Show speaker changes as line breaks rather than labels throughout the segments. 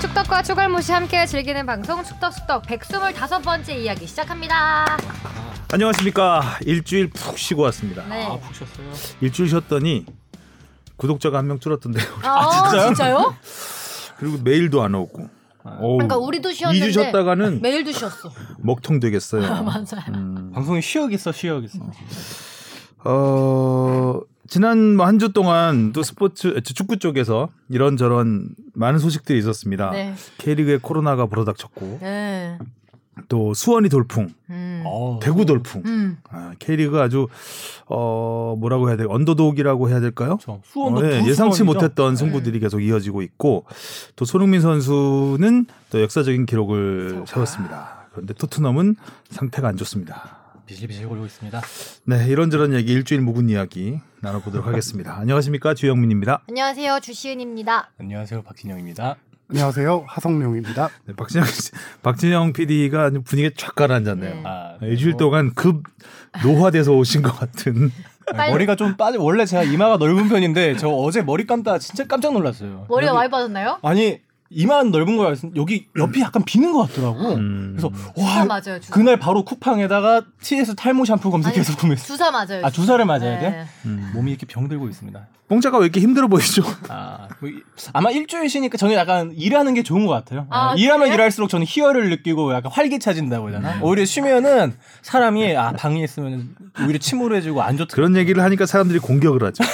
축덕과 추갈무시 함께 즐기는 방송 축덕숙덕 125번째 이야기 시작합니다.
안녕하십니까. 일주일 푹 쉬고 왔습니다.
네.
아, 푹 쉬었어요.
일주일 쉬었더니 구독자가 한 명 줄었던데요.
아,
진짜요?
그리고 메일도 안 오고. 어우,
그러니까 우리도 쉬었는데
2주 쉬었다가는
매일도 쉬었어.
먹통 되겠어요.
맞아요.
음.
방송이 쉬어야겠어, 쉬어야겠어.
아. 어, 지난 한 주 동안 또 스포츠, 축구 쪽에서 이런저런 많은 소식들이 있었습니다.
네.
K리그에 코로나가 불어닥쳤고
네.
또 수원이 돌풍,
음.
어,
대구 돌풍.
음.
아, K리그 아주 어 뭐라고 해야 돼? 언더독이라고 해야 될까요?
저 수원도
어, 예,
두
예상치
수원이죠?
못했던 승부들이 계속 이어지고 있고 또 손흥민 선수는 또 역사적인 기록을 세웠습니다. 그런데 토트넘은 상태가 안 좋습니다.
비실비실 거리고 있습니다.
네, 이런저런 얘기 일주일 묵은 이야기 나눠보도록 하겠습니다. 안녕하십니까 주영민입니다.
안녕하세요. 주시은입니다.
안녕하세요, 박진영입니다.
안녕하세요. 하성룡입니다.
네, 박진영 씨- 박진영 PD가 분위기에 쫙 가라앉았네요.
네.
아,
일주일
뭐,
동안 급 노화돼서 오신 것 같은.
아니,
빨리-
머리가 좀 빠져. 원래 제가 이마가 넓은 편인데 저 어제 머리 감다 진짜 깜짝 놀랐어요.
머리가
여기-
많이 빠졌나요?
아니 이만 넓은 거야. 여기 옆이 약간 비는 것 같더라고.
음.
그래서
주사
와
맞아요. 주사.
그날 바로 쿠팡에다가 TS 탈모 샴푸 검색해서
아니,
구매했어.
주사 맞아요.
아 주사를 맞아야 돼?
네.
음.
몸이 이렇게 병들고 있습니다.
뽕자가 왜 이렇게 힘들어 보이죠?
아, 뭐 이- 아마 일주일 쉬니까 저는 약간 일하는 게 좋은 것 같아요.
아,
일하면
그래요?
일할수록 저는 희열을 느끼고 약간 활기차진다고 해야 되나? 오히려 쉬면은 사람이 아, 방해했으면 오히려 침울해지고 안 좋더라고요.
그런 얘기를 하니까 사람들이 공격을 하죠.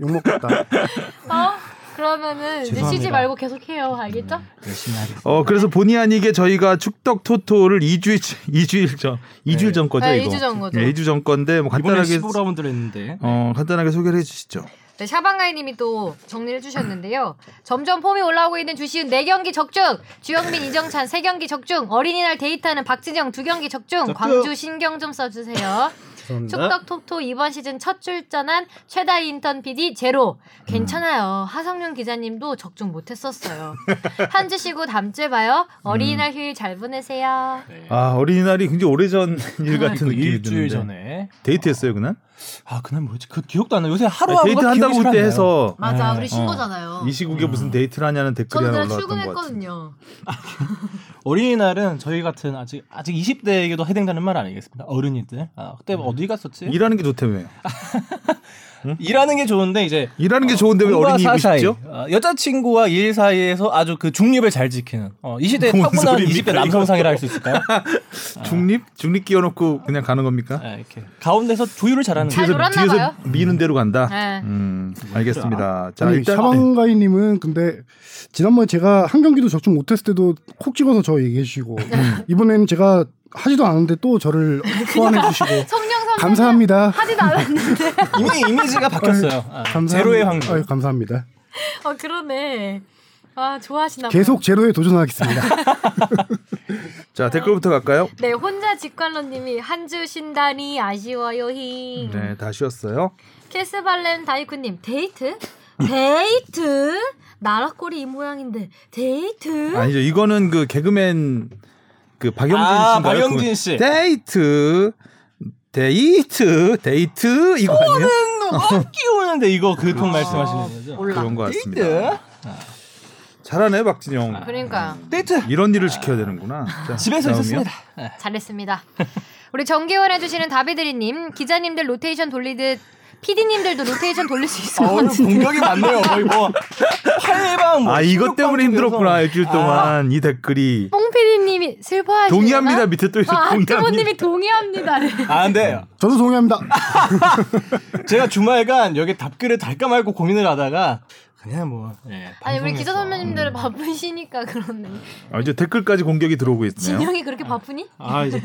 욕먹겠다.
어? 그러면은 이제 쉬지
죄송합니다.
말고 계속해요. 알겠죠?
열심히 하겠습니다.
어 그래서 본의 아니게 저희가 축덕 토토를 2주일 2주일 전 2주일 전 거죠
네,
이거.
2주 전 거죠.
네, 2주 전 건데 뭐
그렇죠. 이번에
간단하게
15라운드를 했는데
어 간단하게 소개를 해 주시죠.
네, 샤방가이님이 또 정리를 해주셨는데요. 점점 폼이 올라오고 있는 주시은 4경기 적중, 주영민, 이정찬 3경기 적중, 어린이날 데이트하는 박진영 2경기 적중, 광주 신경 좀 써주세요. 축덕톡토 이번 시즌 첫 출전한 최다 인턴 PD 제로. 괜찮아요. 하성윤 기자님도 적중 못했었어요. 한 주 쉬고 다음 주에 봐요. 어린이날 휴일 잘 보내세요.
아 어린이날이 굉장히 오래전 일 같은 느낌이
네. 그
드는데.
일주일 전에
데이트했어요 그날?
아 그날 뭐였지? 그 기억도 안 나. 요새
아니,
하루하루가
네, 데이트 한다고
기억이 잘
그때
안 나요. 음.
해서
맞아.
네.
우리 쉰 거잖아요.
어, 이 시국에 무슨 데이트를 하냐는 댓글이
저는
하나
그날
올라왔던 것 같아요.
출근했거든요.
어린이날은 저희 같은 아직 아직 20대에게도 해당되는 말 아니겠습니까? 어른이들. 아, 그때 어디 갔었지?
음. 일하는 게 좋다며요.
일하는 게 좋은데 이제
일하는 게 좋은데 왜
공과
어린이이고
사 사이.
싶죠?
어, 여자친구와 일 사이에서 아주 그 중립을 잘 지키는 어, 이 시대에
뭔
타고난
소리입니까,
20대 남성상이라 할 수 있을까요?
중립? 중립 끼워놓고 그냥 가는 겁니까?
아, 이렇게 가운데서 조율을 잘하는
잘
뒤에서
놀았나
뒤에서
봐요.
미는 대로 간다.
네.
음 알겠습니다. 자
아니,
일단
샤방가이님은 근데 지난번 에 제가 한 경기도 적중 못했을 때도 콕 찍어서 저 얘기해 주시고
네.
이번에는 제가 하지도 않은데 또 저를 소환해 주시고
성령 선배는
감사합니다.
하지도 않았는데.
이미 이미지가 바뀌었어요. 아,
감사합니다.
제로의 확률.
아유, 감사합니다.
어 그러네. 아 좋아하시나 봐요.
계속 제로에 도전하겠습니다.
자 댓글부터 갈까요?
네 혼자 직관러님이 한 주 쉰다니 아쉬워요 힝.
음.
네, 다 쉬었어요.
캐스발렌 다이쿠님 데이트? 데이트? 나락골이 이 모양인데 데이트?
아니죠. 이거는 그 개그맨 그 박영진
아,
씨인가요?
박영진
그분.
씨.
데이트 데이트 데이트 이거
어,
아니에요?
네.
막 어, 끼우는데 이거 그
아,
톤 말씀하시는 거죠?
몰라.
그런 거 같습니다.
네.
데이트?
잘하네
아,
박진영.
그러니까
데이트.
이런 일을 지켜야 되는구나. 자,
집에서
다음이요.
있었습니다.
잘했습니다. 우리 정기원 해주시는 다비드리님, 기자님들 로테이션 돌리듯 PD님들도 로테이션 돌릴 수
아,
있을 것
아,
어우,
같은데.
공격이 많네요. 거의 뭐 팔방 뭐
아 이것 때문에
십육방
힘들었구나
중에서.
아.
일주일 동안 이 댓글이
뽕 PD님이 슬퍼하시나?
동의합니다 밑에 또 있어
아,
동의합니다.
아트모님이 동의합니다. 네.
아, 근데
저도 동의합니다.
제가 주말간 여기 답글을 달까 말고 고민을 하다가 그냥 뭐 예,
아니 우리
방송에서.
기자 선배님들은 바쁘시니까 그렇네.
아, 이제 댓글까지 공격이 들어오고 있네요.
진영이 그렇게 바쁘니?
아 이제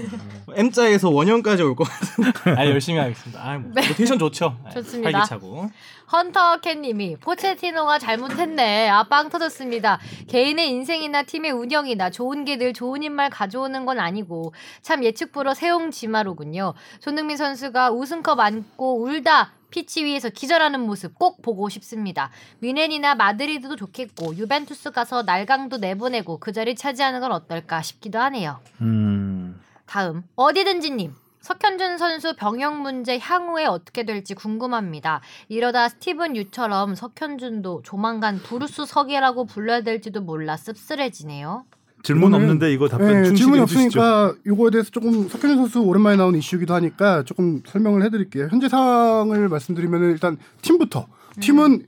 M자에서 원형까지 올 것 같은데. 아 열심히 하겠습니다. 아, 뭐, 로테이션 좋죠. 예,
네. 좋습니다.
활기차고.
헌터캣님이 포체티노가 잘못했네. 아 빵 터졌습니다. 개인의 인생이나 팀의 운영이나 좋은 게 늘 좋은 인말 가져오는 건 아니고 참 예측 불허 세옹지마로군요. 손흥민 선수가 우승컵 안고 울다. 피치 위에서 기절하는 모습 꼭 보고 싶습니다. 뮌헨이나 마드리드도 좋겠고 유벤투스 가서 날강도 내보내고 그 자리 차지하는 건 어떨까 싶기도 하네요.
음.
다음 어디든지님 석현준 선수 병역 문제 향후에 어떻게 될지 궁금합니다. 이러다 스티븐 유처럼 석현준도 조만간 브루스 석이라고 불러야 될지도 몰라 씁쓸해지네요.
질문
이거는-
없는데 이거 답변
예,
충실히
질문이
해주시죠.
없으니까 이거에 대해서 조금 석현준 선수 오랜만에 나온 이슈이기도 하니까 조금 설명을 해드릴게요. 현재 상황을 말씀드리면 일단 팀부터
네.
팀은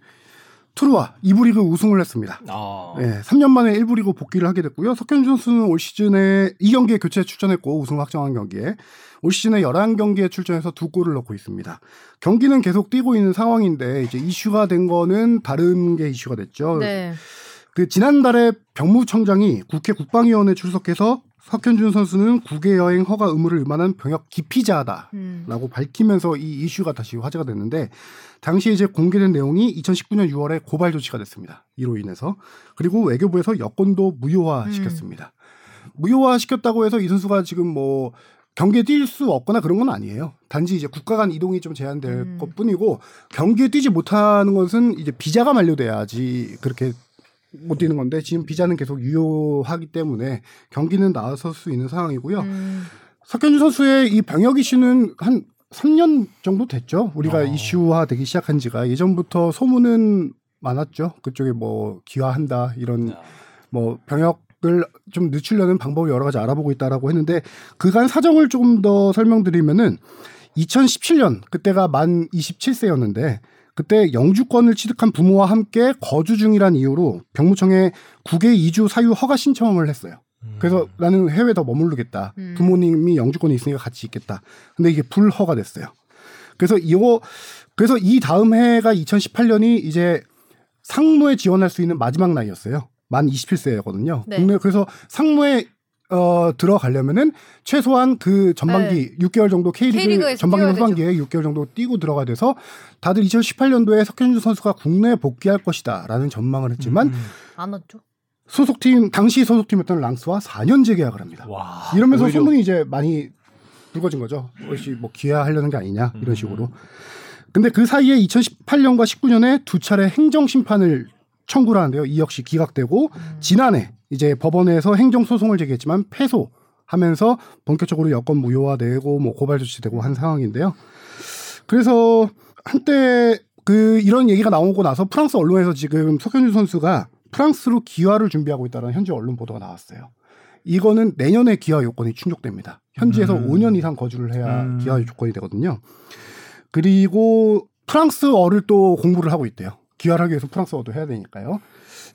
투루와 2부 리그 우승을 했습니다.
아.
예, 3년 만에 1부 리그 복귀를 하게 됐고요. 석현준 선수는 올 시즌에 2경기에 교체 출전했고 우승 확정한 경기에 올 시즌에 11경기에 출전해서 두 골을 넣고 있습니다. 경기는 계속 뛰고 있는 상황인데 이제 이슈가 된 거는 다른 게 이슈가 됐죠.
네.
그 지난달에 병무청장이 국회 국방위원회 출석해서 석현준 선수는 국외 여행 허가 의무를 위반한 병역 기피자다.
음.
라고 밝히면서 이 이슈가 다시 화제가 됐는데 당시 이제 공개된 내용이 2019년 6월에 고발 조치가 됐습니다. 이로 인해서 그리고 외교부에서 여권도 무효화 시켰습니다.
음.
무효화 시켰다고 해서 이 선수가 지금 뭐 경기에 뛸 수 없거나 그런 건 아니에요. 단지 이제 국가 간 이동이 좀 제한될
음.
것뿐이고 경기에 뛰지 못하는 것은 이제 비자가 만료돼야지 그렇게 못 뛰는 건데 지금 비자는 계속 유효하기 때문에 경기는 나설 수 있는 상황이고요.
음.
석현준 선수의 이 병역 이슈는 한 3년 정도 됐죠. 우리가
어.
이슈화 되기 시작한 지가 예전부터 소문은 많았죠. 그쪽에 뭐 기화한다 이런 뭐 병역을 좀 늦추려는 방법을 여러 가지 알아보고 있다라고 했는데 그간 사정을 조금 더 설명드리면은 2017년 그때가 만 27세였는데 그때 영주권을 취득한 부모와 함께 거주 중이란 이유로 병무청에 국외 이주 사유 허가 신청을 했어요. 그래서 나는 해외 더 머무르겠다.
음.
부모님이 영주권이 있으니까 같이 있겠다. 근데 이게 불허가 됐어요. 그래서 이거 그래서 이 다음 해가 2018년이 이제 상무에 지원할 수 있는 마지막 나이였어요. 만 27세거든요.
네.
국내 그래서 상무에 어, 들어가려면은 최소한 그
네.
전반기 6개월 정도 K리그
K리그에서
전반기
뛰어야 되죠.
후반기에 6개월 정도 뛰고 들어가야 돼서 다들 2018년도에 석현준 선수가 국내에 복귀할 것이다라는 전망을 했지만
음,
음.
안
음.
왔죠?
소속팀 당시 소속팀이었던 랑스와 4년 재계약을 합니다.
와.
이러면서
오히려-
소문이 이제 많이 불거진 거죠. 혹시 뭐 기아하려는 게 아니냐
음,
이런 식으로. 근데 그 사이에 2018년과 19년에 두 차례 행정 심판을 청구를 하는데요. 이 역시 기각되고
음.
음.
지난해 이제 법원에서 행정 소송을 제기했지만 패소하면서 본격적으로 여권 무효화되고 뭐 고발 조치되고 한 상황인데요. 그래서 한때 그 이런 얘기가 나오고 나서 프랑스 언론에서 지금 석현준 선수가 프랑스로 기화를 준비하고 있다는 현지 언론 보도가 나왔어요. 이거는 내년에 기화 요건이 충족됩니다. 현지에서
음.
5년 이상 거주를 해야
음.
기화 요건이 되거든요. 그리고 프랑스어를 또 공부를 하고 있대요. 기화를 하기 위해서 프랑스어도 해야 되니까요.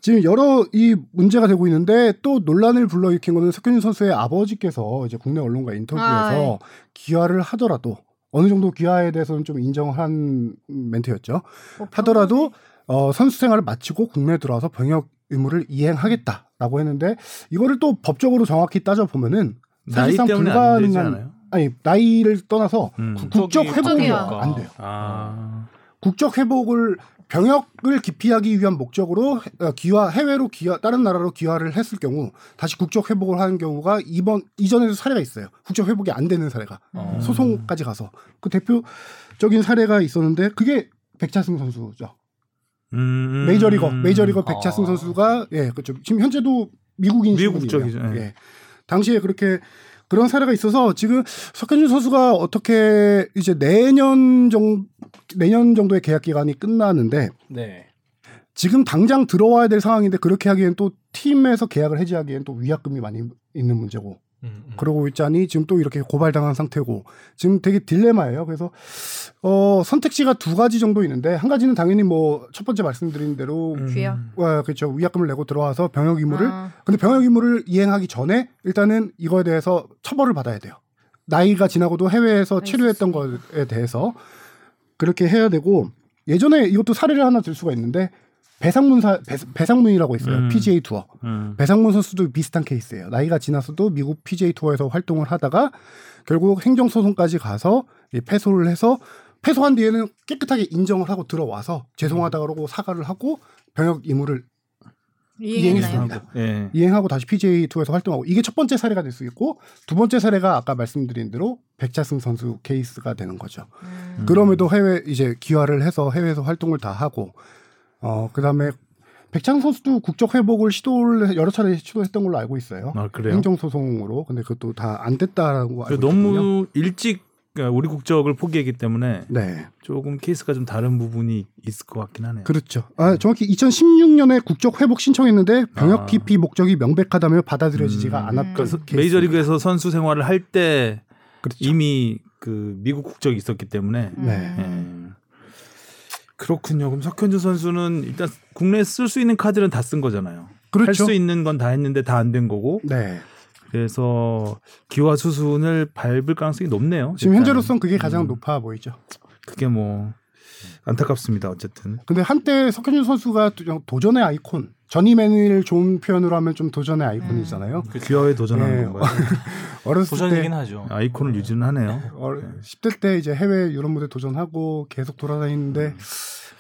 지금 여러 이 문제가 되고 있는데 또 논란을 불러일으킨 거는 석현준 선수의 아버지께서 이제 국내 언론과 인터뷰에서 기화를 하더라도 어느 정도 기화에 대해서는 좀 인정한 멘트였죠. 하더라도 어, 선수 생활을 마치고 국내에 들어와서 병역 의무를 이행하겠다라고 했는데 이거를 또 법적으로 정확히 따져 보면은
나이
사실상
때문에 안 되지
불가능한-
않아요?
아니 나이를 떠나서
음.
국적 회복이
국적이야.
안 돼요.
아.
국적 회복을 병역을 기피하기 위한 목적으로 해- 어, 기화 해외로 기화 다른 나라로 기화를 했을 경우 다시 국적 회복을 하는 경우가 이번 이전에도 사례가 있어요. 국적 회복이 안 되는 사례가
음.
음.
어.
소송까지 가서 그 대표적인 사례가 있었는데 그게 백차승 선수죠.
음.
메이저리거 메이저리거 백차승
아.
선수가 예 그렇죠. 지금 현재도 미국인
미국
신분이에요.
국적이죠. 예.
예. 당시에 그렇게 그런 사례가 있어서 지금 석현준 선수가 어떻게 이제 내년 정 내년 정도의 계약 기간이 끝나는데
네.
지금 당장 들어와야 될 상황인데 그렇게 하기엔 또 팀에서 계약을 해지하기엔 또 위약금이 많이 있는 문제고
음, 음.
그러고 있자니 지금 또 이렇게 고발당한 상태고 지금 되게 딜레마예요. 그래서 어 선택지가 두 가지 정도 있는데 한 가지는 당연히 뭐 첫 번째 말씀드린 대로
음.
귀여.
와 그렇죠 위약금을 내고 들어와서 병역 의무를
아.
아,
근데 병역 의무를 이행하기 전에 일단은 이거에 대해서 처벌을 받아야 돼요. 나이가 지나고도 해외에서 치료했던 거에 대해서 그렇게 해야 되고 예전에 이것도 사례를 하나 들 수가 있는데 배상문 사 배, 상문이라고 있어요.
음.
PGA 투어.
음.
배상문 선수도 비슷한 케이스예요. 나이가 지나서도 미국 PGA 투어에서 활동을 하다가 결국 행정 소송까지 가서 이 패소를 해서 패소한 뒤에는 깨끗하게 인정을 하고 들어와서 죄송하다 그러고 사과를 하고 병역 의무를
이해했나요?
이해했어요.
예.
이행하고 다시 PGA 투어에서 활동하고 이게 첫 번째 사례가 될 수 있고 두 번째 사례가 아까 말씀드린 대로 백차승 선수 케이스가 되는 거죠.
음.
그럼에도 해외 이제 귀화를 해서 해외에서 활동을 다 하고 어 그다음에 백창 선수도 국적 회복을 시도를 여러 차례 시도했던 걸로 알고 있어요.
아 그래요.
행정 소송으로 근데 그것도 다 안 됐다라고
그
알고 있거든요.
너무 일찍 그러니까 우리 국적을 포기했기 때문에
네.
조금 케이스가 좀 다른 부분이 있을 것 같긴 하네요.
그렇죠. 아, 정확히 2016년에 국적 회복 신청했는데
아.
병역 기피 목적이 명백하다며 받아들여지지가
음.
않았던
그러니까 서-
케이스입니다.
메이저리그에서 선수 생활을 할 때
그렇죠.
이미 그 미국 국적이 있었기 때문에
음.
네.
예. 그렇군요. 그럼 석현준 선수는 일단 국내에 쓸 수 있는 카드는 다 쓴 거잖아요.
그렇죠.
할 수 있는 건 다 했는데 다 안 된 거고
네.
그래서 기와 수순을 밟을 가능성이 높네요.
지금
일단은.
현재로선 그게 가장
음.
높아 보이죠.
그게 뭐 안타깝습니다. 어쨌든
근데 한때 석현준 선수가 도- 도전의 아이콘, 전임맨을 좋은 표현으로 하면 좀 도전의
음.
아이콘이잖아요.
기와에 도전하는
네.
건가요?
어렸을 때
도전이긴 하죠.
아이콘을 유지는 음. 하네요.
어, 10대 때 이제 해외 유럽 무대 도전하고 계속 돌아다니는데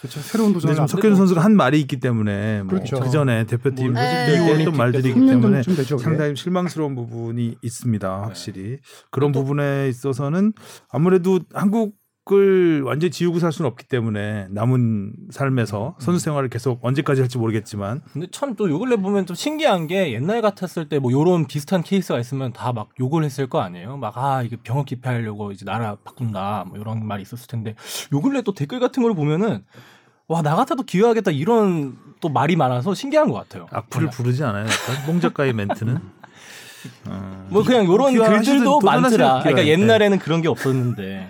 그렇죠. 새로운
음. 근데
도전을
좀 석현준 선수가 한 말이 있기 때문에 뭐
그렇죠.
그 전에 대표팀
뭐
네.
해줄 때 했던
올림픽
말들이 있기
3년
때문에
전쯤 되죠. 그게.
상당히 실망스러운 부분이
네.
있습니다. 확실히 그런 부분에 있어서는 아무래도 한국을 완전히 지우고 살 수는 없기 때문에 남은
음.
삶에서 선수 생활을 계속 언제까지 할지 모르겠지만
근데 참 또 요 근래 보면 좀 신기한 게 옛날 같았을 때 뭐 요런 비슷한 케이스가 있으면 다 막 욕을 했을 거 아니에요? 막 아 이게 병역 기피하려고 이제 나라 바꾼다 뭐 이런 말이 있었을 텐데 요 근래 또 댓글 같은 걸 보면은 와 나 같아도 기여하겠다 이런 또 말이 많아서 신기한 것 같아요.
음.
악플을 부르지 않아요. 약간 뽕 작가의 멘트는 어,
뭐 그냥 요런
기여하는
글들도
도전하세요,
많더라. 그러니까
기여할 때.
옛날에는 그런 게 없었는데.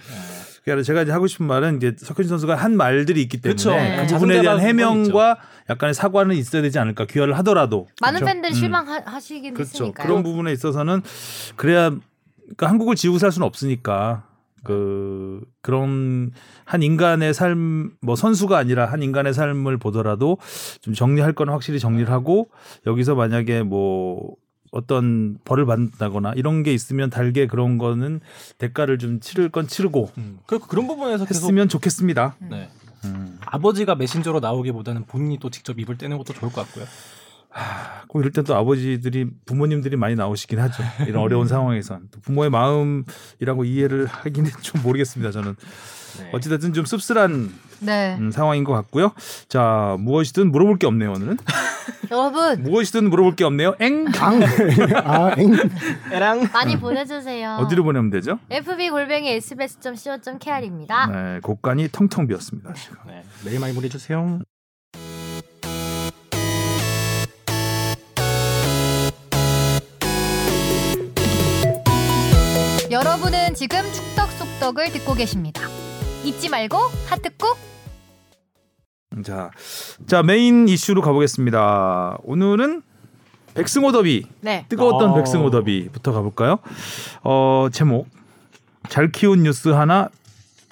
그러니까 제가 이제 하고 싶은 말은 이제 석현준 선수가 한 말들이 있기 때문에
그쵸.
네.
그 부분에 대한
자성대가
해명과 약간의 사과는 있어야 되지 않을까 귀화를 하더라도
많은
그렇죠.
팬들이 실망하시긴
음. 그렇죠.
했으니까요.
그런 부분에 있어서는 그래야 그러니까 한국을 지우고 살 수는 없으니까 그 그런 한 인간의 삶 뭐 선수가 아니라 한 인간의 삶을 보더라도 좀 정리할 건 확실히 정리를 하고 여기서 만약에 뭐 어떤 벌을 받는다거나 이런 게 있으면 달게 그런 거는 대가를 좀 치를 건 치르고
음. 그 그런 부분에서 계속
했으면 좋겠습니다.
네.
음.
아버지가 메신저로 나오기보다는 본인이 또 직접 입을 떼는 것도 좋을 것 같고요.
꼭 이럴 땐 또 아버지들이 부모님들이 많이 나오시긴 하죠. 이런 어려운 상황에선 또 부모의 마음이라고 이해를 하기는 좀 모르겠습니다. 저는
네.
어찌됐든 좀 씁쓸한
네.
음, 상황인 것 같고요. 자 무엇이든 물어볼 게 없네요 오늘은
여러분
무엇이든 물어볼 게 없네요. 엥
강. 아, 엥.
에랑
많이 보내주세요.
어디로 보내면 되죠?
FB 골뱅이 sbs.co.kr입니다.
네, 곡간이 텅텅 비었습니다. 지금.
네. 메일 많이 보내주세요.
여러분은 지금 축덕 속덕을 듣고 계십니다. 잊지 말고 하트 꾹.
자, 자 메인 이슈로 가보겠습니다. 오늘은 백승호 더비
네.
뜨거웠던
아.
백승호 더비부터 가볼까요? 어 제목 잘 키운 뉴스 하나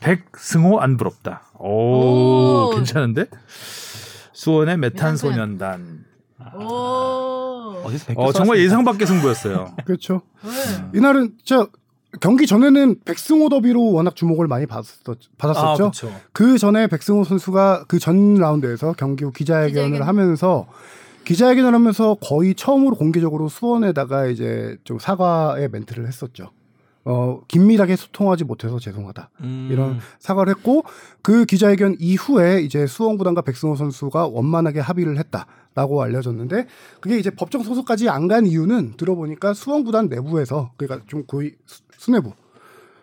백승호 안 부럽다. 오,
오.
괜찮은데? 수원의 메탄
메탄
소년단.
오.
어디서 댓글
어 정말
써왔습니까?
예상 밖의 승부였어요.
그렇죠.
음.
이날은 진짜 경기 전에는 백승호 더비로 워낙 주목을 많이 받았었,
아,
받았었죠.
그렇죠.
그 전에 백승호 선수가 그 전 라운드에서 경기 후 기자회견을
기자회견.
하면서 기자회견을 하면서 거의 처음으로 공개적으로 수원에다가 이제 좀 사과의 멘트를 했었죠. 어, 긴밀하게 소통하지 못해서 죄송하다.
음.
이런 사과를 했고 그 기자회견 이후에 이제 수원 구단과 백승호 선수가 원만하게 합의를 했다라고 알려졌는데 그게 이제 법정 소속까지 안 간 이유는 들어보니까 수원 구단 내부에서 그러니까 좀 고위 수- 수뇌부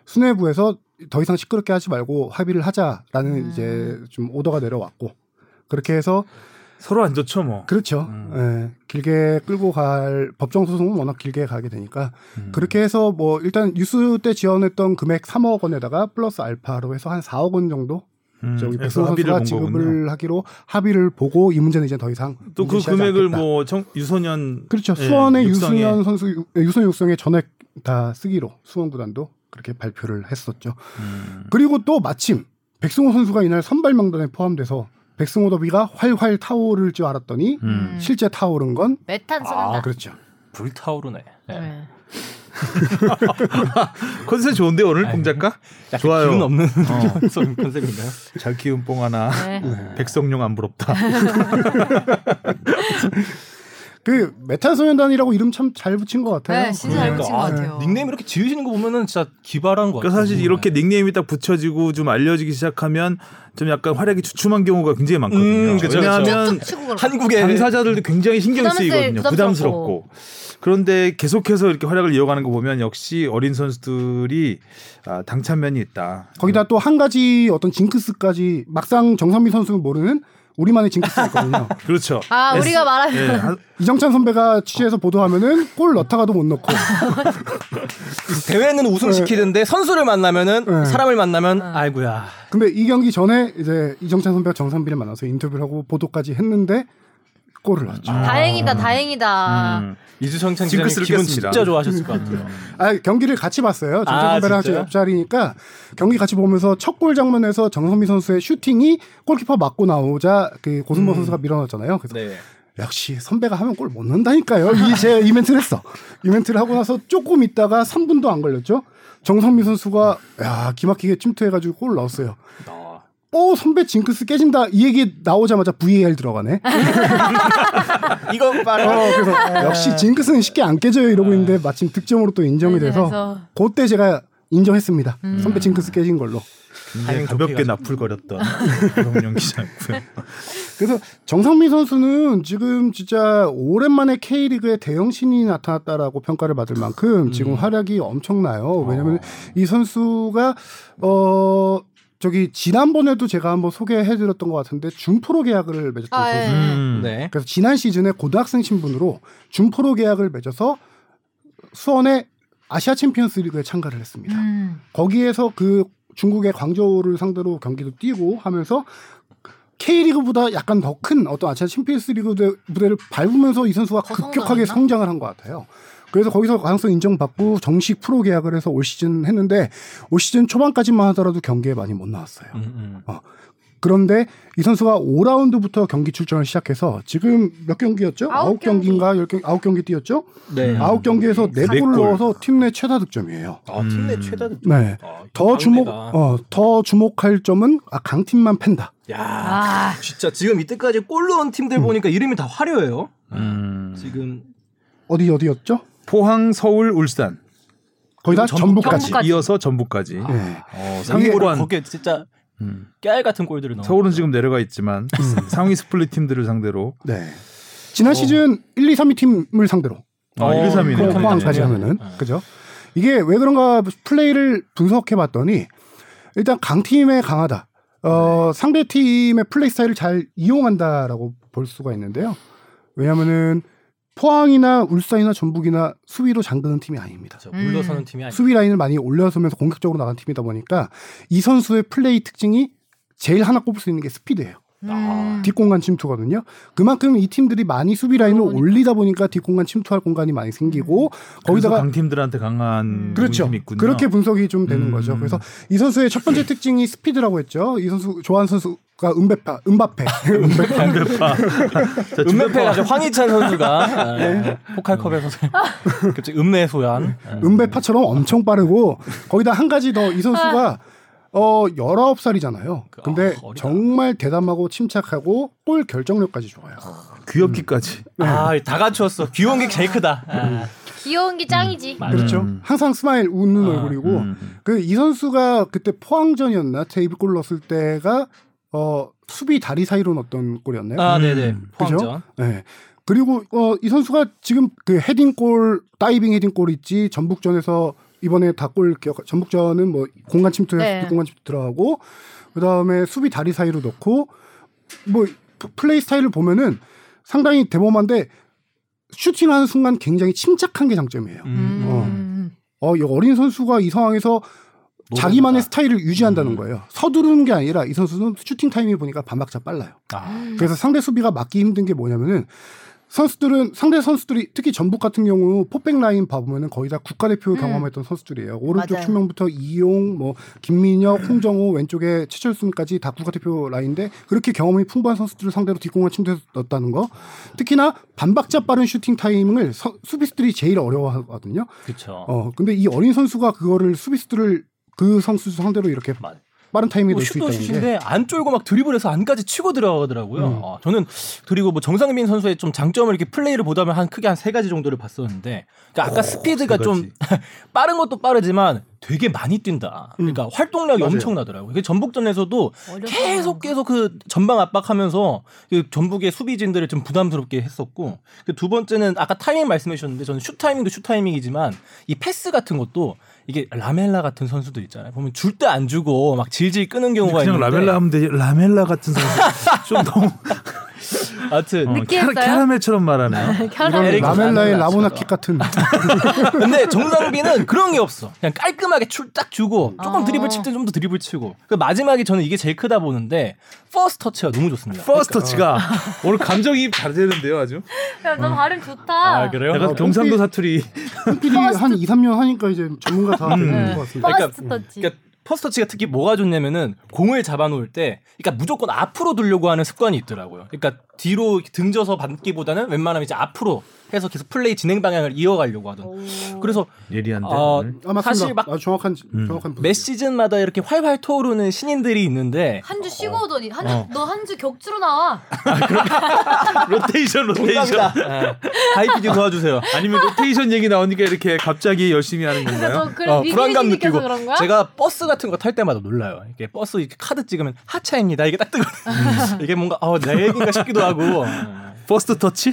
수뇌부에서 더 이상 시끄럽게 하지 말고 합의를 하자라는 이제 좀 오더가 내려왔고 그렇게 해서
서로 안 좋죠 뭐.
그렇죠. 예, 길게 끌고 갈 법정 소송은 워낙 길게 가게 되니까
음.
그렇게 해서 뭐 일단 뉴스 때 지원했던 금액 3억 원에다가 플러스 알파로 해서 한 4억 원 정도
음,
저기
그래서
백승호
합의를
선수가
본
지급을
거군요.
하기로 합의를 보고 이 문제는 이제 더 이상
또 그
문제시하지
금액을
않겠다.
뭐 정, 유소년
그렇죠.
예,
수원의
육성에.
유소년 선수 유- 유소년 육성의 전액 다 쓰기로 수원 구단도 그렇게 발표를 했었죠.
음,
그리고 또 마침 백승호 선수가 이날 선발 명단에 포함돼서 백승호 더비가 활활 타오를 줄 알았더니
음.
실제 타오른 건
메탄 소년단.
아, 그렇죠.
불타오르네. 네.
네.
컨셉 좋은데 오늘
아,
봉 작가
네.
약간
좋아요.
기운 없는
어.
그런 컨셉인가요?
잘 키운 뽕 하나
네.
백성룡 안 부럽다.
그 메타소년단이라고 이름 참 잘 붙인 것 같아요. 음.
네, 진짜 잘
그러니까,
붙인 것
아,
같아요.
닉네임 이렇게 지으시는 거 보면은 진짜 기발한 거 같아요.
그러니까 사실 이렇게 닉네임이 딱 붙여지고 좀 알려지기 시작하면 좀 약간 활약이 주춤한 경우가 굉장히 많거든요.
음, 그쵸, 예. 그쵸.
왜냐하면
쭉쭉 치고 걸어.
한국의
당사자들도 굉장히 신경
부담스러-
쓰이거든요.
부담스럽고.
부담스럽고. 그런데 계속해서 이렇게 활약을 이어가는 거 보면 역시 어린 선수들이 아, 당찬면이 있다.
거기다 또 한 가지 어떤 징크스까지 막상 정선미 선수는 모르는 우리만의 징크스가 있거든요.
그렇죠.
아
S-
우리가 말하는
예, 한-
이정찬 선배가 취재해서 보도하면은 골 넣다가도 못 넣고
그 대회는 우승시키는데 선수를 만나면은
네.
사람을 만나면 아이고야.
근데 이 경기 전에 이제 이정찬 선배가 정선비를 만나서 인터뷰를 하고 보도까지 했는데 골을 넣었죠. 아,
다행이다 다행이다.
음.
이주성찬 기자님
징크스를
기분 음.
깼습니다.
진짜 좋아하셨을 것 같아요.
경기를 같이 봤어요. 정찬
아,
선배랑 제
진짜요?
옆자리니까 경기 같이 보면서 첫 골 장면에서 정선미 선수의 슈팅이 골키퍼 맞고 나오자 그 고승범 선수가 밀어넣었잖아요. 그래서
음. 네.
역시 선배가 하면 골 못 넣는다니까요. 이제 이멘트를 했어. 이멘트를 하고 나서 조금 있다가 3분도 안 걸렸죠. 정선미 선수가 야 기막히게 침투해가지고 골 넣었어요. 오 선배 징크스 깨진다 이 얘기 나오자마자 VAR 들어가네.
이거
어,
바로
아, 그래서 역시 징크스는 쉽게 안 깨져요 이러고 있는데 마침 득점으로 또 인정이 돼서 음.
그래서.
네, 그때 제가 인정했습니다. 선배 징크스 깨진 걸로.
굉장히 가볍게 나풀거렸던 그런
네.
기자였고요.
그래서 정성민 선수는 지금 진짜 오랜만에 K리그의 대형 신이 나타났다라고 평가를 받을 만큼 지금 활약이 엄청나요. 왜냐하면 이 선수가 어 저기 지난번에도 제가 한번 소개해드렸던 것 같은데 준프로 계약을 맺었던
아,
선수.
예.
음.
네.
그래서 지난 시즌에 고등학생 신분으로 준프로 계약을 맺어서 수원의 아시아 챔피언스 리그에 참가를 했습니다.
음.
거기에서 그 중국의 광저우를 상대로 경기도 뛰고 하면서 K리그보다 약간 더 큰 어떤 아시아 챔피언스 리그 무대- 무대를 밟으면서 이 선수가
더
급격하게
성장했나?
성장을 한 것 같아요. 그래서 거기서 가능성 인정받고 정식 프로 계약을 해서 올 시즌 했는데 올 시즌 초반까지만 하더라도 경기에 많이 못 나왔어요.
음,
그런데 이 선수가 5라운드부터 경기 출전을 시작해서 지금 몇 경기였죠?
아홉
9 경기인가 10경기 9경기 뛰었죠?
음. 네.
아 9경기에서
네
4골을
골.
넣어서 팀 내 최다 득점이에요.
아, 팀내
음.
최다 득-
네.
아, 이거
더 주목
막내가.
어, 더 주목할 점은 아, 강팀만 팬다.
야.
아
진짜 지금 이때까지 골 넣은 팀들 보니까 이름이 다 화려해요.
음.
지금
어디 어디였죠?
포항, 서울, 울산
거의 다
전북,
전북까지.
전북까지. 아.
이어서 전북까지.
네.
어,
이게
상위권.
거기에 진짜
음.
깨알 같은 골들을 넣어.
서울은 지금 내려가 있지만
음.
상위 스플릿 팀들을 상대로
네. 지난 시즌 1, 2, 3위 팀을 상대로
아,
어,
1, 2, 3이네.
그렇군요.
포항까지
네.
하면은
네.
그죠? 이게 왜 그런가 플레이를 분석해 봤더니 일단 강팀에 강하다. 어, 상대 팀의 플레이 스타일을 잘 이용한다라고 볼 수가 있는데요. 왜냐면은 포항이나 울산이나 전북이나 수비로 잠그는 팀이 아닙니다.
저 그렇죠. 물러서는 팀이 아니고
수비 라인을 많이 올려서면서 공격적으로 나간 팀이다 보니까 이 선수의 플레이 특징이 제일 하나 꼽을 수 있는 게 스피드예요.
음.
뒷공간 침투거든요. 그만큼 이 팀들이 많이 수비 라인을 올리다 보니까 음. 뒷공간 침투할 공간이 많이 생기고
거기다가
거기다가
강팀들한테 강한
그렇죠.
힘이 있군요.
그렇게 분석이 좀 되는
음. 네.
거죠. 그래서 이 선수의 첫 번째 특징이 스피드라고 했죠. 이 선수 좋아하는 선수가 은베파, 은바페.
자, 주변
은메페가 아주 황희찬 선수가 음. 아, 포칼컵에서 갑자기 음. 은메 소연.
음. 은베파처럼 엄청 빠르고 거기다 한 가지 더 이 선수가 어 19살이잖아요. 근데
아, 어리다.
정말 대담하고 침착하고 골 결정력까지 좋아요.
귀엽기까지.
아, 다 갖추었어. 귀여운 게 제일 크다. 아,
귀여운 게 짱이지.
맞아. 음.
그렇죠. 항상 스마일 웃는
아,
얼굴이고
음.
그 이 선수가 그때 포항전이었나 테이블골 넣었을 때가 어 수비 다리 사이로 넣었던 골이었나요?
아, 네네. 포항전.
그죠? 네. 그리고 어, 이 선수가 지금 그 헤딩골 다이빙 헤딩골 있지 전북전에서 이번에 다골 기억 전북전은 뭐 공간 침투해서
네.
공간 침투 들어가고 그다음에 수비 다리 사이로 넣고 뭐 프- 플레이 스타일을 보면은 상당히 대범한데 슈팅하는 순간 굉장히 침착한 게 장점이에요.
음.
음.
어, 이 어린 선수가 이 상황에서
모르겠다. 음.
자기만의 스타일을 유지한다는 거예요. 서두르는 게 아니라 이 선수는 슈팅 타이밍 보니까 반박자 빨라요.
아,
그래서 상대 수비가 막기 힘든 게 뭐냐면은 선수들은 상대 선수들이 특히 전북 같은 경우 포백 라인 봐보면은 거의
음.
다 국가대표 경험했던 선수들이에요. 오른쪽
맞아요.
측면부터 이용, 뭐 김민혁, 홍정호 왼쪽에 최철순까지 다 국가대표 라인인데 그렇게 경험이 풍부한 선수들을 상대로 뒷공간 침투해서 넣었다는 거. 특히나 반박자 빠른 슈팅 타이밍을 서- 수비수들이 제일 어려워하거든요.
그쵸.
어 근데 이 어린 선수가 그거를 수비수들을 그 선수 상대로 이렇게
맞.
빠른 타이밍에
뭐
넣을 수
슛도
있다는 게
슛인데 안 쫄고 막 드리블해서 안까지 치고 들어가더라고요.
음.
아, 저는 그리고 뭐 정상민 선수의 좀 장점을 이렇게 플레이를 보다면 한 크게 한 세 가지 정도를 봤었는데 그러니까 아까 스피드가
세
좀 빠른 것도 빠르지만 되게 많이 뛴다. 그러니까 활동량이
음. 맞아요.
엄청나더라고요. 그 전북전에서도
어렵다. 음.
계속 계속 그 전방 압박하면서 그 전북의 수비진들을 좀 부담스럽게 했었고 그 두 번째는 아까 타이밍 말씀해 주셨는데 저는 슛 타이밍도 슛 타이밍이지만 이 패스 같은 것도 이게 라멜라 같은 선수들 있잖아요. 보면 줄 때 안 주고 막 질질 끄는 경우가
그냥
있는데
라멜라 하면 되지 라멜라 같은 선수 좀 너무
하여튼
어, 캐러-
느끼했어요? 아,
캐러멜처럼 말하네요.
이런
에릭
라멜라의
안
라모나킥 같은
근데 정상빈은 그런 게 없어. 그냥 깔끔하게 출딱 주고
아.
조금
어.
드리블 칠 때 좀 더 드리블 치고. 그 마지막에 저는 이게 제일 크다 보는데 퍼스트 터치가 너무 좋습니다.
퍼스터치가 오늘 감정이 잘 되는데요, 아주.
야, 너 발음 좋다.
그래요?
약간
어,
경상도
홈피-
사투리.
필이 한 2, 3년 하니까 이제 전문가 다
음.
되는 것 같습니다.
퍼스트 터치.
그러니까 퍼스트 터치가 특히 뭐가 좋냐면은 공을 잡아놓을 때, 그러니까 무조건 앞으로 두려고 하는 습관이 있더라고요. 그러니까 뒤로 이렇게 등져서 받기보다는 웬만하면 이제 앞으로 해서 계속 플레이 진행 방향을 이어가려고 하던. 그래서
예리한데.
어,
오늘.
아, 맞습니다.
사실 막-
아주 정확한
음.
정확한
매 시즌마다 이렇게 활활 터오르는 신인들이 있는데
한 주 쉬고 오더니 한주 너 한 주 격주로 나와.
로테이션 로테이션.
정답이다. 하이피디 예, 도와주세요.
아니면 로테이션 얘기 나오니까 이렇게 갑자기 열심히 하는 건가요?
너 그런
어, 불안감 느끼고
그런 거야?
제가 버스 같은 거 탈 때마다 놀라요. 이게 버스 이렇게 카드 찍으면 하차입니다. 이게 딱 뜨거든요.
음.
이게 뭔가 어내 얘기인가 싶기도 하고.
어.
퍼스트 터치?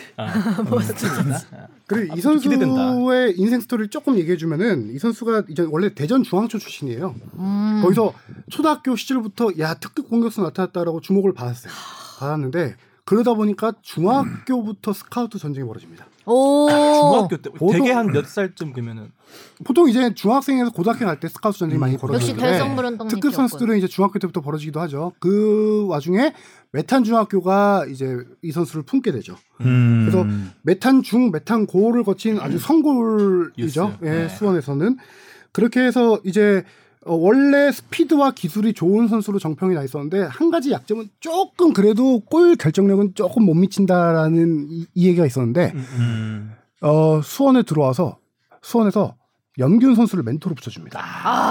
그리고 이
앞으로 기대된다.
선수의 인생 스토리를 조금 얘기해 주면은 이 선수가 이제 원래 대전 중앙초 출신이에요. 거기서 초등학교 시절부터 야 특급 공격수 나타났다라고 주목을 받았어요. 받았는데 그러다 보니까 중학교부터 스카우트 전쟁이 벌어집니다.
오.
중학교 때
보통-
되게 한 몇 살쯤 되면은
보통 이제 중학생에서 고등학교 갈 때 스카우트
음,
전쟁이 많이
그렇죠.
역시
벌어지는데
결성부른 동네.
특급 선수들은 이제 중학교 때부터 벌어지기도 하죠. 그 와중에 메탄 중학교가 이제 이 선수를 품게 되죠.
음.
그래서 메탄 중 메탄 고를 거친 아주
유스.
선골이죠. 예,
음. 네.
수원에서는 그렇게 해서 이제 어, 원래 스피드와 기술이 좋은 선수로 정평이 나 있었는데 한 가지 약점은 조금 그래도 골 결정력은 조금 못 미친다라는 이, 이 얘기가 있었는데
음.
어, 수원에 들어와서 수원에서 염균 선수를 멘토로 붙여줍니다.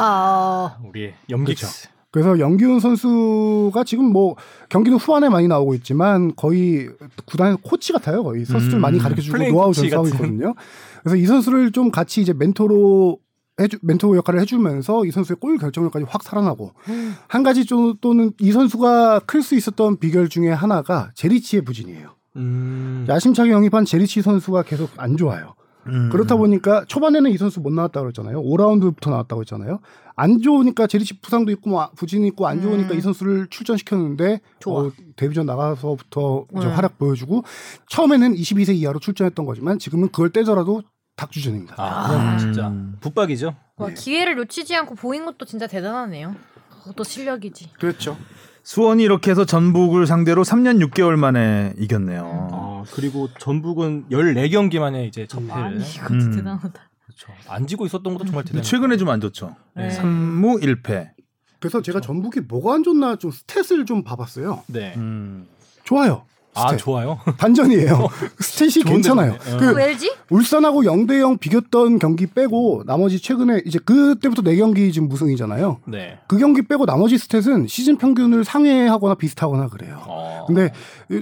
아.
우리 염기죠.
그래서 영기훈 선수가 지금 뭐 경기는 후반에 많이 나오고 있지만 거의 구단 코치 같아요. 거의 선수들
음,
많이 가르쳐주고
플레잉
노하우
코치
전수하고
같은.
있거든요. 그래서 이 선수를 좀 같이 이제 멘토로 해주, 멘토 역할을 해주면서 이 선수의 골 결정력까지 확 살아나고
음.
한 가지 좀 또는 이 선수가 클 수 있었던 비결 중에 하나가 제리치의 부진이에요.
음.
야심차게 영입한 제리치 선수가 계속 안 좋아요.
음.
그렇다 보니까 초반에는 이 선수 못 나왔다고 그랬잖아요. 5라운드부터 나왔다고 했잖아요. 안 좋으니까 제리치 부상도 있고 뭐 부진이 있고 안 좋으니까 이 선수를 출전시켰는데
음. 좋아.
어, 데뷔전 나가서부터 이제
네.
활약 보여주고 처음에는 22세 이하로 출전했던 거지만 지금은 그걸 떼더라도 닭주전입니다.
아, 그럼 진짜 붙박이죠.
와, 기회를 놓치지 않고 보인 것도 진짜 대단하네요. 그것도 실력이지.
그렇죠.
수원이 이렇게 해서 전북을 상대로 3년 6개월 만에 이겼네요.
어, 그리고 전북은 14경기 만에 이제
아니
접패를
이것도
음.
그 대단하다.
그렇죠. 안 지고 있었던 것도 정말
근데
대단해요.
최근에 좀 안 좋죠.
네.
3무 1패.
그래서 제가
그렇죠.
전북이 뭐가 안 좋나 좀 스탯을 좀 봐봤어요.
네.
음.
좋아요.
아,
스탯.
좋아요.
반전이에요. 스탯이 괜찮아요.
좋네. 어.
그
왜지?
울산하고 0대 0 비겼던 경기 빼고 나머지 최근에 이제 그때부터 4경기 지금 무승이잖아요.
네.
그 경기 빼고 나머지 스탯은 시즌 평균을 상회하거나 비슷하거나 그래요.
어.
근데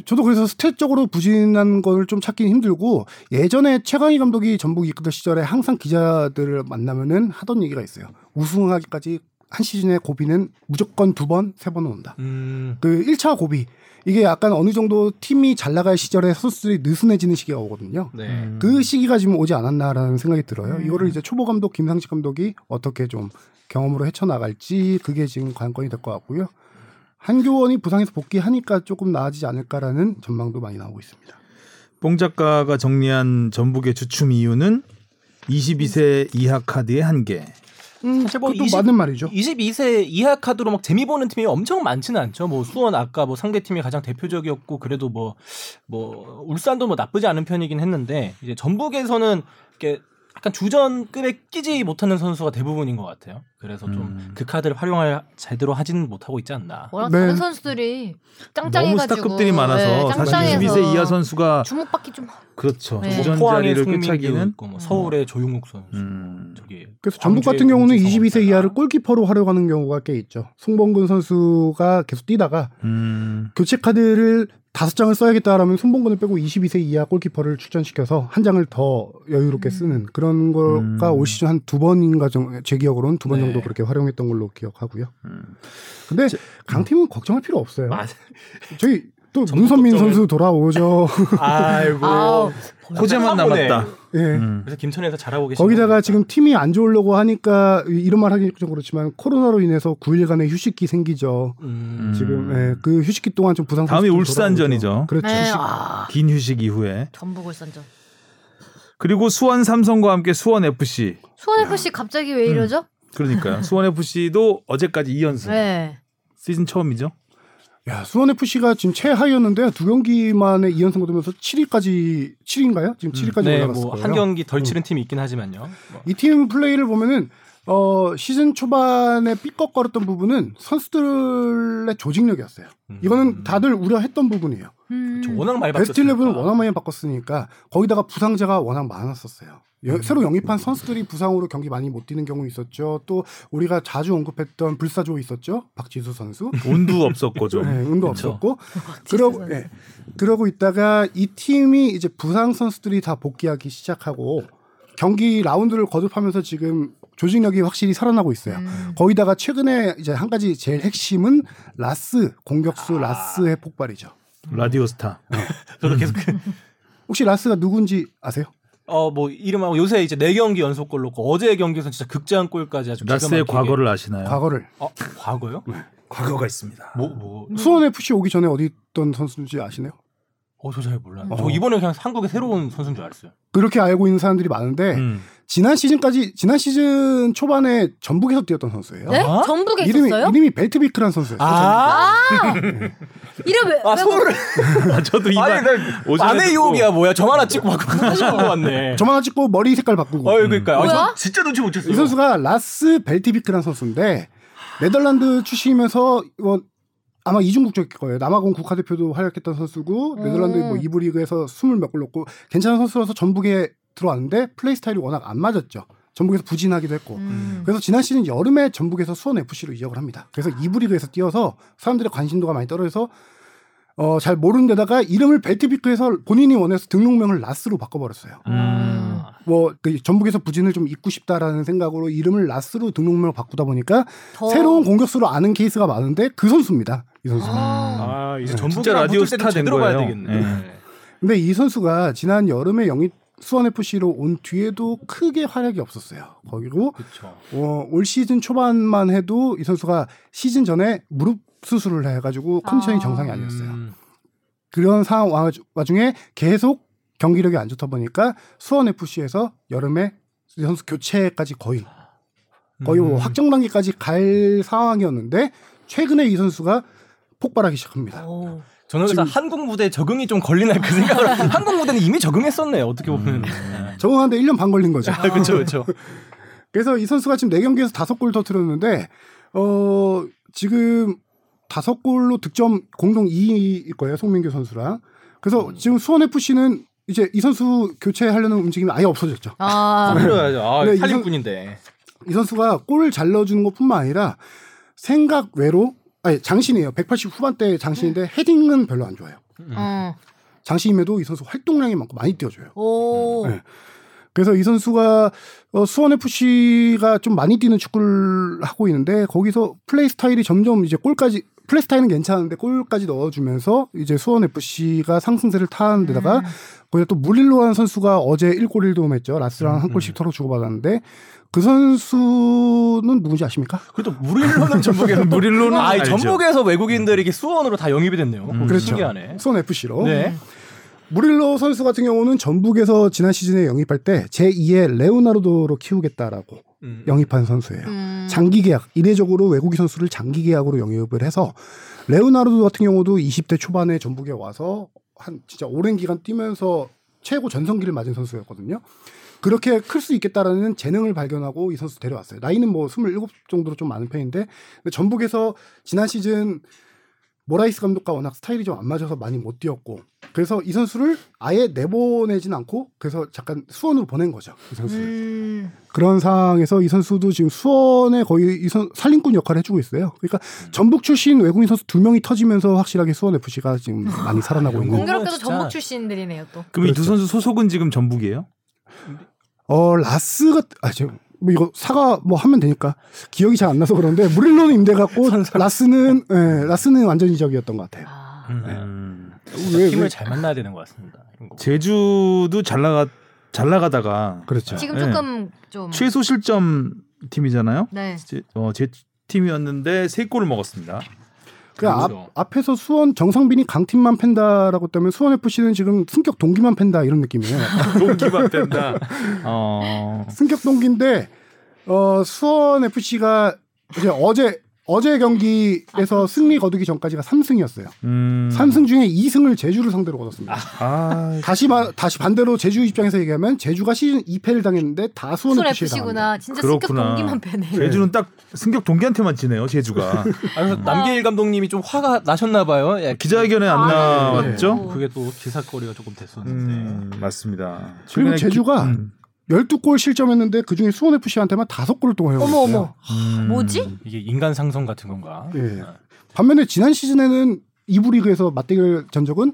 저도 그래서 스탯적으로 부진한 걸 좀 찾긴 힘들고 예전에 최강희 감독이 전북 이끌던 시절에 항상 기자들을 만나면은 하던 얘기가 있어요. 우승하기까지 한 시즌에 고비는 무조건 두 번, 세 번은 온다.
음.
그 1차 고비 이게 약간 어느 정도 팀이 잘 나갈 시절에 선수들이 느슨해지는 시기가 오거든요.
네.
그 시기가 지금 오지 않았나라는 생각이 들어요. 이거를 이제 초보 감독 김상식 감독이 어떻게 좀 경험으로 헤쳐나갈지 그게 지금 관건이 될 것 같고요. 한교원이 부상에서 복귀하니까 조금 나아지지 않을까라는 전망도 많이 나오고 있습니다.
뽕 작가가 정리한 전북의 주춤 이유는 22세 이하 카드의 한계.
사실 뭐
그것도
20
맞는 말이죠.
22세 이하 카드로 막 재미 보는 팀이 엄청 많지는 않죠. 뭐 수원 아까 뭐 상대 팀이 가장 대표적이었고 그래도 뭐 뭐 울산도 뭐 나쁘지 않은 편이긴 했는데 이제 전북에서는 이렇게 약간 주전급에 끼지 못하는 선수가 대부분인 것 같아요. 그래서 좀
음.
그 카드를 활용할 제대로 하진 못하고 있지 않나. 뭐
워낙
네.
다른 선수들이
너무
짱짱해가지고
스타급들이 많아서
네,
사실
짱짱해서
22세 이하 선수가
주목받기 좀
그렇죠.
네.
주전
포항의
자리를
송민규
꿰차기는
음.
있고 뭐 서울의 조용욱 선수,
음.
저기
그래서 전북 같은 경우는 22세 이하를 골키퍼로 활용하는 경우가 꽤 있죠. 송범근 선수가 계속 뛰다가
음.
교체 카드를 다섯 장을 써야겠다라면 손봉근을 빼고 22세 이하 골키퍼를 출전시켜서 한 장을 더 여유롭게 쓰는 그런 거가
음.
올 시즌 한 두 번인가 정, 제 기억으로는 두 번
네.
정도 그렇게 활용했던 걸로 기억하고요.
음.
근데 강팀은 걱정할 필요 없어요.
맞아.
저희 또
전북
문선민
걱정을-
선수 돌아오죠.
아이고.
아우
호재만
하고네.
남았다.
예.
음.
그래서 김천에서 잘하고 계신
거기다가
거니까.
지금 팀이 안 좋으려고 하니까 이- 이런 말 하기 좀 그렇지만 코로나로 인해서 9일간의 휴식기 생기죠.
음.
지금
음.
예, 그 휴식기 동안 좀 부상
다음이
선수들
울산전이죠.
돌아오죠. 그렇죠.
네, 아,
긴 휴식 이후에
전북 울산전
그리고 수원 삼성과 함께 수원 FC
수원 FC 갑자기 왜 이러죠?
그러니까요. 수원 FC도 어제까지 2연승
네.
시즌 처음이죠.
야, 수원 FC가 지금 최하위였는데 두 경기만에 2연승 거두면서 7위까지 7위인가요? 지금 7위까지
네,
올라갔을
뭐
거예요. 음.
한 경기 덜 치른 팀이 있긴 하지만요. 뭐.
이 팀 플레이를 보면은 어, 시즌 초반에 삐걱거렸던 부분은 선수들의 조직력이었어요.
음.
이거는 다들 우려했던 부분이에요.
음.
저 워낙 많이
베스트
바뀌었으니까.
11은 워낙 많이 바꿨으니까 거기다가 부상자가 워낙 많았었어요.
음.
여- 새로 영입한 선수들이 부상으로 경기 많이 못 뛰는 경우 있었죠. 또 우리가 자주 언급했던 불사조 있었죠. 박지수 선수.
온도 없었고 좀.
네, 운도
그쵸.
없었고 그러고 예. 그러고 있다가 이 팀이 이제 부상 선수들이 다 복귀하기 시작하고 경기 라운드를 거듭하면서 지금 조직력이 확실히 살아나고 있어요.
음.
거기다가 최근에 이제 한 가지 제일 핵심은 라스 공격수 라스의 폭발이죠.
라디오스타.
음.
저도 계속 그,
혹시 라스가 누군지 아세요?
어 뭐 이름하고 요새 이제 네 경기 연속골 넣고 어제 경기에서 진짜 극장 골까지 아주 기가
라스의
막히게.
과거를 아시나요?
과거를
어, 과거요?
과거가 있습니다.
뭐 뭐.
수원 FC 오기 전에 어디 있던 선수인지 아시나요?
어, 저 잘 몰라요.
어.
저 이번에 그냥 한국에 새로운 선수인 줄 알았어요.
그렇게 알고 있는 사람들이 많은데
음.
지난 시즌까지 지난 시즌 초반에 전북에서 뛰었던 선수예요.
네?
어?
전북에
이름이
있었어요?
이름이 벨트비크라는 선수예요.
아,
이름 왜? 뭐-
아
왜
서울.
아, 저도 이번
아니 나
오전에
아내
듣고-
유혹이야 뭐야. 저만 하나 찍고 막 다시 온거 같네.
저만 찍고 머리 색깔
음.
바꾸고
어, 그러니까. 아,
뭐야?
저 진짜 눈치 못 챘어요.
이 선수가 라스 벨티비크라는 선수인데 네덜란드 출신이면서 뭐 아마 이중국적일 거예요. 남아공 국가대표도 활약했던 선수고 네덜란드 뭐
음.
이부 리그에서 스물 몇 골 넣고 괜찮은 선수라서 전북에 들어왔는데 플레이 스타일이 워낙 안 맞았죠. 전북에서 부진하기도 했고
음.
그래서 지난 시즌 여름에 전북에서 수원 FC로 이적을 합니다. 그래서 이부 리그에서 뛰어서 사람들의 관심도가 많이 떨어져서 어, 잘 모르는 데다가 이름을 벨티비크에서 본인이 원해서 등록명을 라스로 바꿔버렸어요.
음.
뭐, 그 전북에서 부진을 좀 잊고 싶다라는 생각으로 이름을 라스로 등록명을 바꾸다 보니까
더-
새로운 공격수로 아는 케이스가 많은데 그 선수입니다. 이 선수.
음.
아.
아, 이제
진짜
전북이랑
라디오
붙을 때도
스타 된
제대로
거예요.
봐야 되겠네.
예.
근데 이 선수가 지난 여름에 영입 수원 FC로 온 뒤에도 크게 활약이 없었어요. 거기고
그렇죠.
어, 올 시즌 초반만 해도 이 선수가 시즌 전에 무릎 수술을 해가지고 컨디션이
아.
정상이 아니었어요.
음.
그런 상황 와- 와중에 계속 경기력이 안 좋다 보니까 수원 FC에서 여름에 이 선수 교체까지 거의 거의
음.
뭐 확정 단계까지 갈 상황이었는데 최근에 이 선수가 폭발하기 시작합니다.
오.
저는 그래서
지금-
한국 무대 적응이 좀 걸리나 그 생각을 한국 무대는 이미 적응했었네요. 어떻게 보면.
적응하는데 1년 반 걸린 거죠.
아, 그렇죠. 그렇죠.
그래서 이 선수가 지금 4경기에서 5골 터뜨렸는데 어 지금 5골로 득점 공동 2위일 거예요. 송민규 선수랑. 그래서 지금 수원 FC는 이제 이 선수 교체하려는 움직임이 아예 없어졌죠.
아.
그래야죠. 아,
네, 이 선-
살림꾼인데.
이 선수가 골을 잘 넣어주는 것뿐만 아니라 생각 외로 아니 장신이에요. 180 후반대 장신인데 헤딩은 별로 안 좋아요.
어.
장신임에도 이 선수 활동량이 많고 많이 뛰어줘요.
오.
네. 그래서 이 선수가 어, 수원 FC가 좀 많이 뛰는 축구를 하고 있는데 거기서 플레이 스타일이 점점 이제 골까지 플레이 스타일은 괜찮은데 골까지 넣어주면서 이제 수원 FC가 상승세를 타는
음.
데다가 거기다 또 무릴로라는 선수가 어제 1골 1도움했죠. 라스랑 한
음.
골씩 서로 주고받았는데 그 선수는 누군지 아십니까?
그래도 무릴로는 전북에서
무릴로는
아,
알죠. 음.
전북에서 외국인들이 이게 수원으로 다 영입이 됐네요.
그렇죠.
신기하네.
수원
어?
FC로
네.
무릴로 선수 같은 경우는 전북에서 지난 시즌에 영입할 때 제2의 레오나르도로 키우겠다라고
음.
영입한 선수예요.
음.
장기 계약 이례적으로 외국인 선수를 장기 계약으로 영입을 해서 레오나르도 같은 경우도 20대 초반에 전북에 와서 한 진짜 오랜 기간 뛰면서 최고 전성기를 맞은 선수였거든요. 그렇게 클 수 있겠다라는 재능을 발견하고 이 선수 데려왔어요. 나이는 뭐 27 정도로 좀 많은 편인데 근데 전북에서 지난 시즌 모라이스 감독과 워낙 스타일이 좀 안 맞아서 많이 못 뛰었고 그래서 이 선수를 아예 내보내진 않고 그래서 잠깐 수원으로 보낸 거죠. 이 선수를.
음.
그런 상황에서 이 선수도 지금 수원에 거의 이 선, 살림꾼 역할을 해주고 있어요. 그러니까 전북 출신 외국인 선수 두 명이 터지면서 확실하게 수원 FC가 지금 많이 음. 살아나고 있는.
영국?
공교롭게도
진짜.
전북 출신들이네요 또.
그럼 이 두 선수 소속은 지금 전북이에요?
어 라스가 아 지금 뭐 이거 사과 뭐 하면 되니까 기억이 잘 안 나서 그런데 무릴로는 임대갔고 라스는 예, 라스는 완전 이적이었던 것 같아요.
아.
네.
음.
왜,
팀을
왜-
잘 만나야 되는 것 같습니다. 이런 거.
제주도 잘 나가 잘 나가다가
그렇죠.
지금
네.
조금 좀.
최소 실점 팀이잖아요.
네.
제, 어, 제 팀이었는데 세 골을 먹었습니다.
그 앞,
그렇죠.
앞에서 수원 정상빈이 강팀만 팬다라고 했다면 수원 FC는 지금 승격 동기만 팬다 이런 느낌이에요.
동기만 뺀다. 어.
승격 동기인데 어, 수원 FC가 이제 어제 어제 경기에서 승리 거두기 전까지가 3승이었어요.
음.
삼 3승 중에 2승을 제주를 상대로 거뒀습니다.
아.
다시 말 다시 반대로 제주 입장에서 얘기하면 제주가 시즌 2패를 당했는데 다 수원
수원
FC에 당합니다.
FC구나. 진짜 승격
그렇구나.
동기만 빼네.
제주는 딱 승격 동기한테만 지네요. 제주가
아, 그래서
음.
남계일 감독님이 좀 화가 나셨나 봐요. 예,
기자회견에 안
아, 네.
나왔죠?
네.
그게 또 기사거리가 조금 됐었는데.
음, 맞습니다.
그리고
최근에
제주가
기- 음.
12골 실점했는데 그중에 수원 FC한테만 5골을 동해요.
어머 어머.
음.
뭐지?
이게 인간 상성 같은 건가?
예. 반면에 지난 시즌에는 2부 리그에서 맞대결 전적은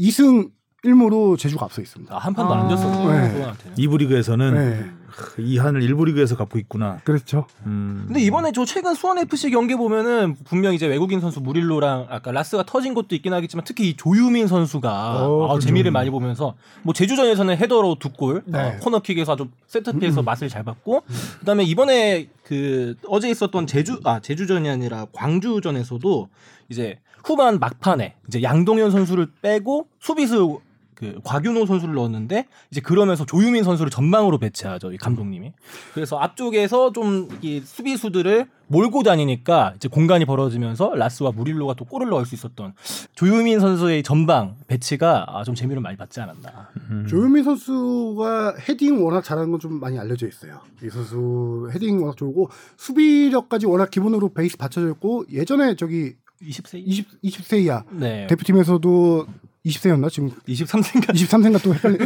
2승 1무로 제주가 앞서 있습니다.
아, 한 판도 안
아.
졌었고
네.
그거한테는.
이부 리그에서는
네.
크, 이 한을 일부 리그에서 갖고 있구나.
그렇죠.
음.
근데 이번에 저 최근 수원 FC 경기 보면은 분명 이제 외국인 선수 무릴로랑 아까 라스가 터진 것도 있긴 하겠지만 특히 이 조유민 선수가
어,
아,
그렇죠.
재미를 많이 보면서 뭐 제주전에서는 헤더로 두 골,
네. 음.
어, 코너킥에서 아주 세트피에서 맛을 잘 봤고 그다음에 이번에 그 어제 있었던 제주 아 제주전이 아니라 광주전에서도 이제 후반 막판에 이제 양동현 선수를 빼고 수비수 그 곽윤호 선수를 넣었는데 이제 그러면서 조유민 선수를 전방으로 배치하죠 이 감독님이 그래서 앞쪽에서 좀 이 수비수들을 몰고 다니니까 이제 공간이 벌어지면서 라스와 무릴로가 또 골을 넣을 수 있었던 조유민 선수의 전방 배치가 아, 좀 재미를 많이 받지 않았나
음.
조현민 선수가 헤딩 워낙 잘하는 건 좀 많이 알려져 있어요. 이 선수 헤딩 워낙 좋고 수비력까지 워낙 기본으로 베이스 받쳐져 있고 예전에 저기
20세
20 20세 이하
네
대표팀에서도 20세였나 지금
23세인가
23세인가 또 헷갈리.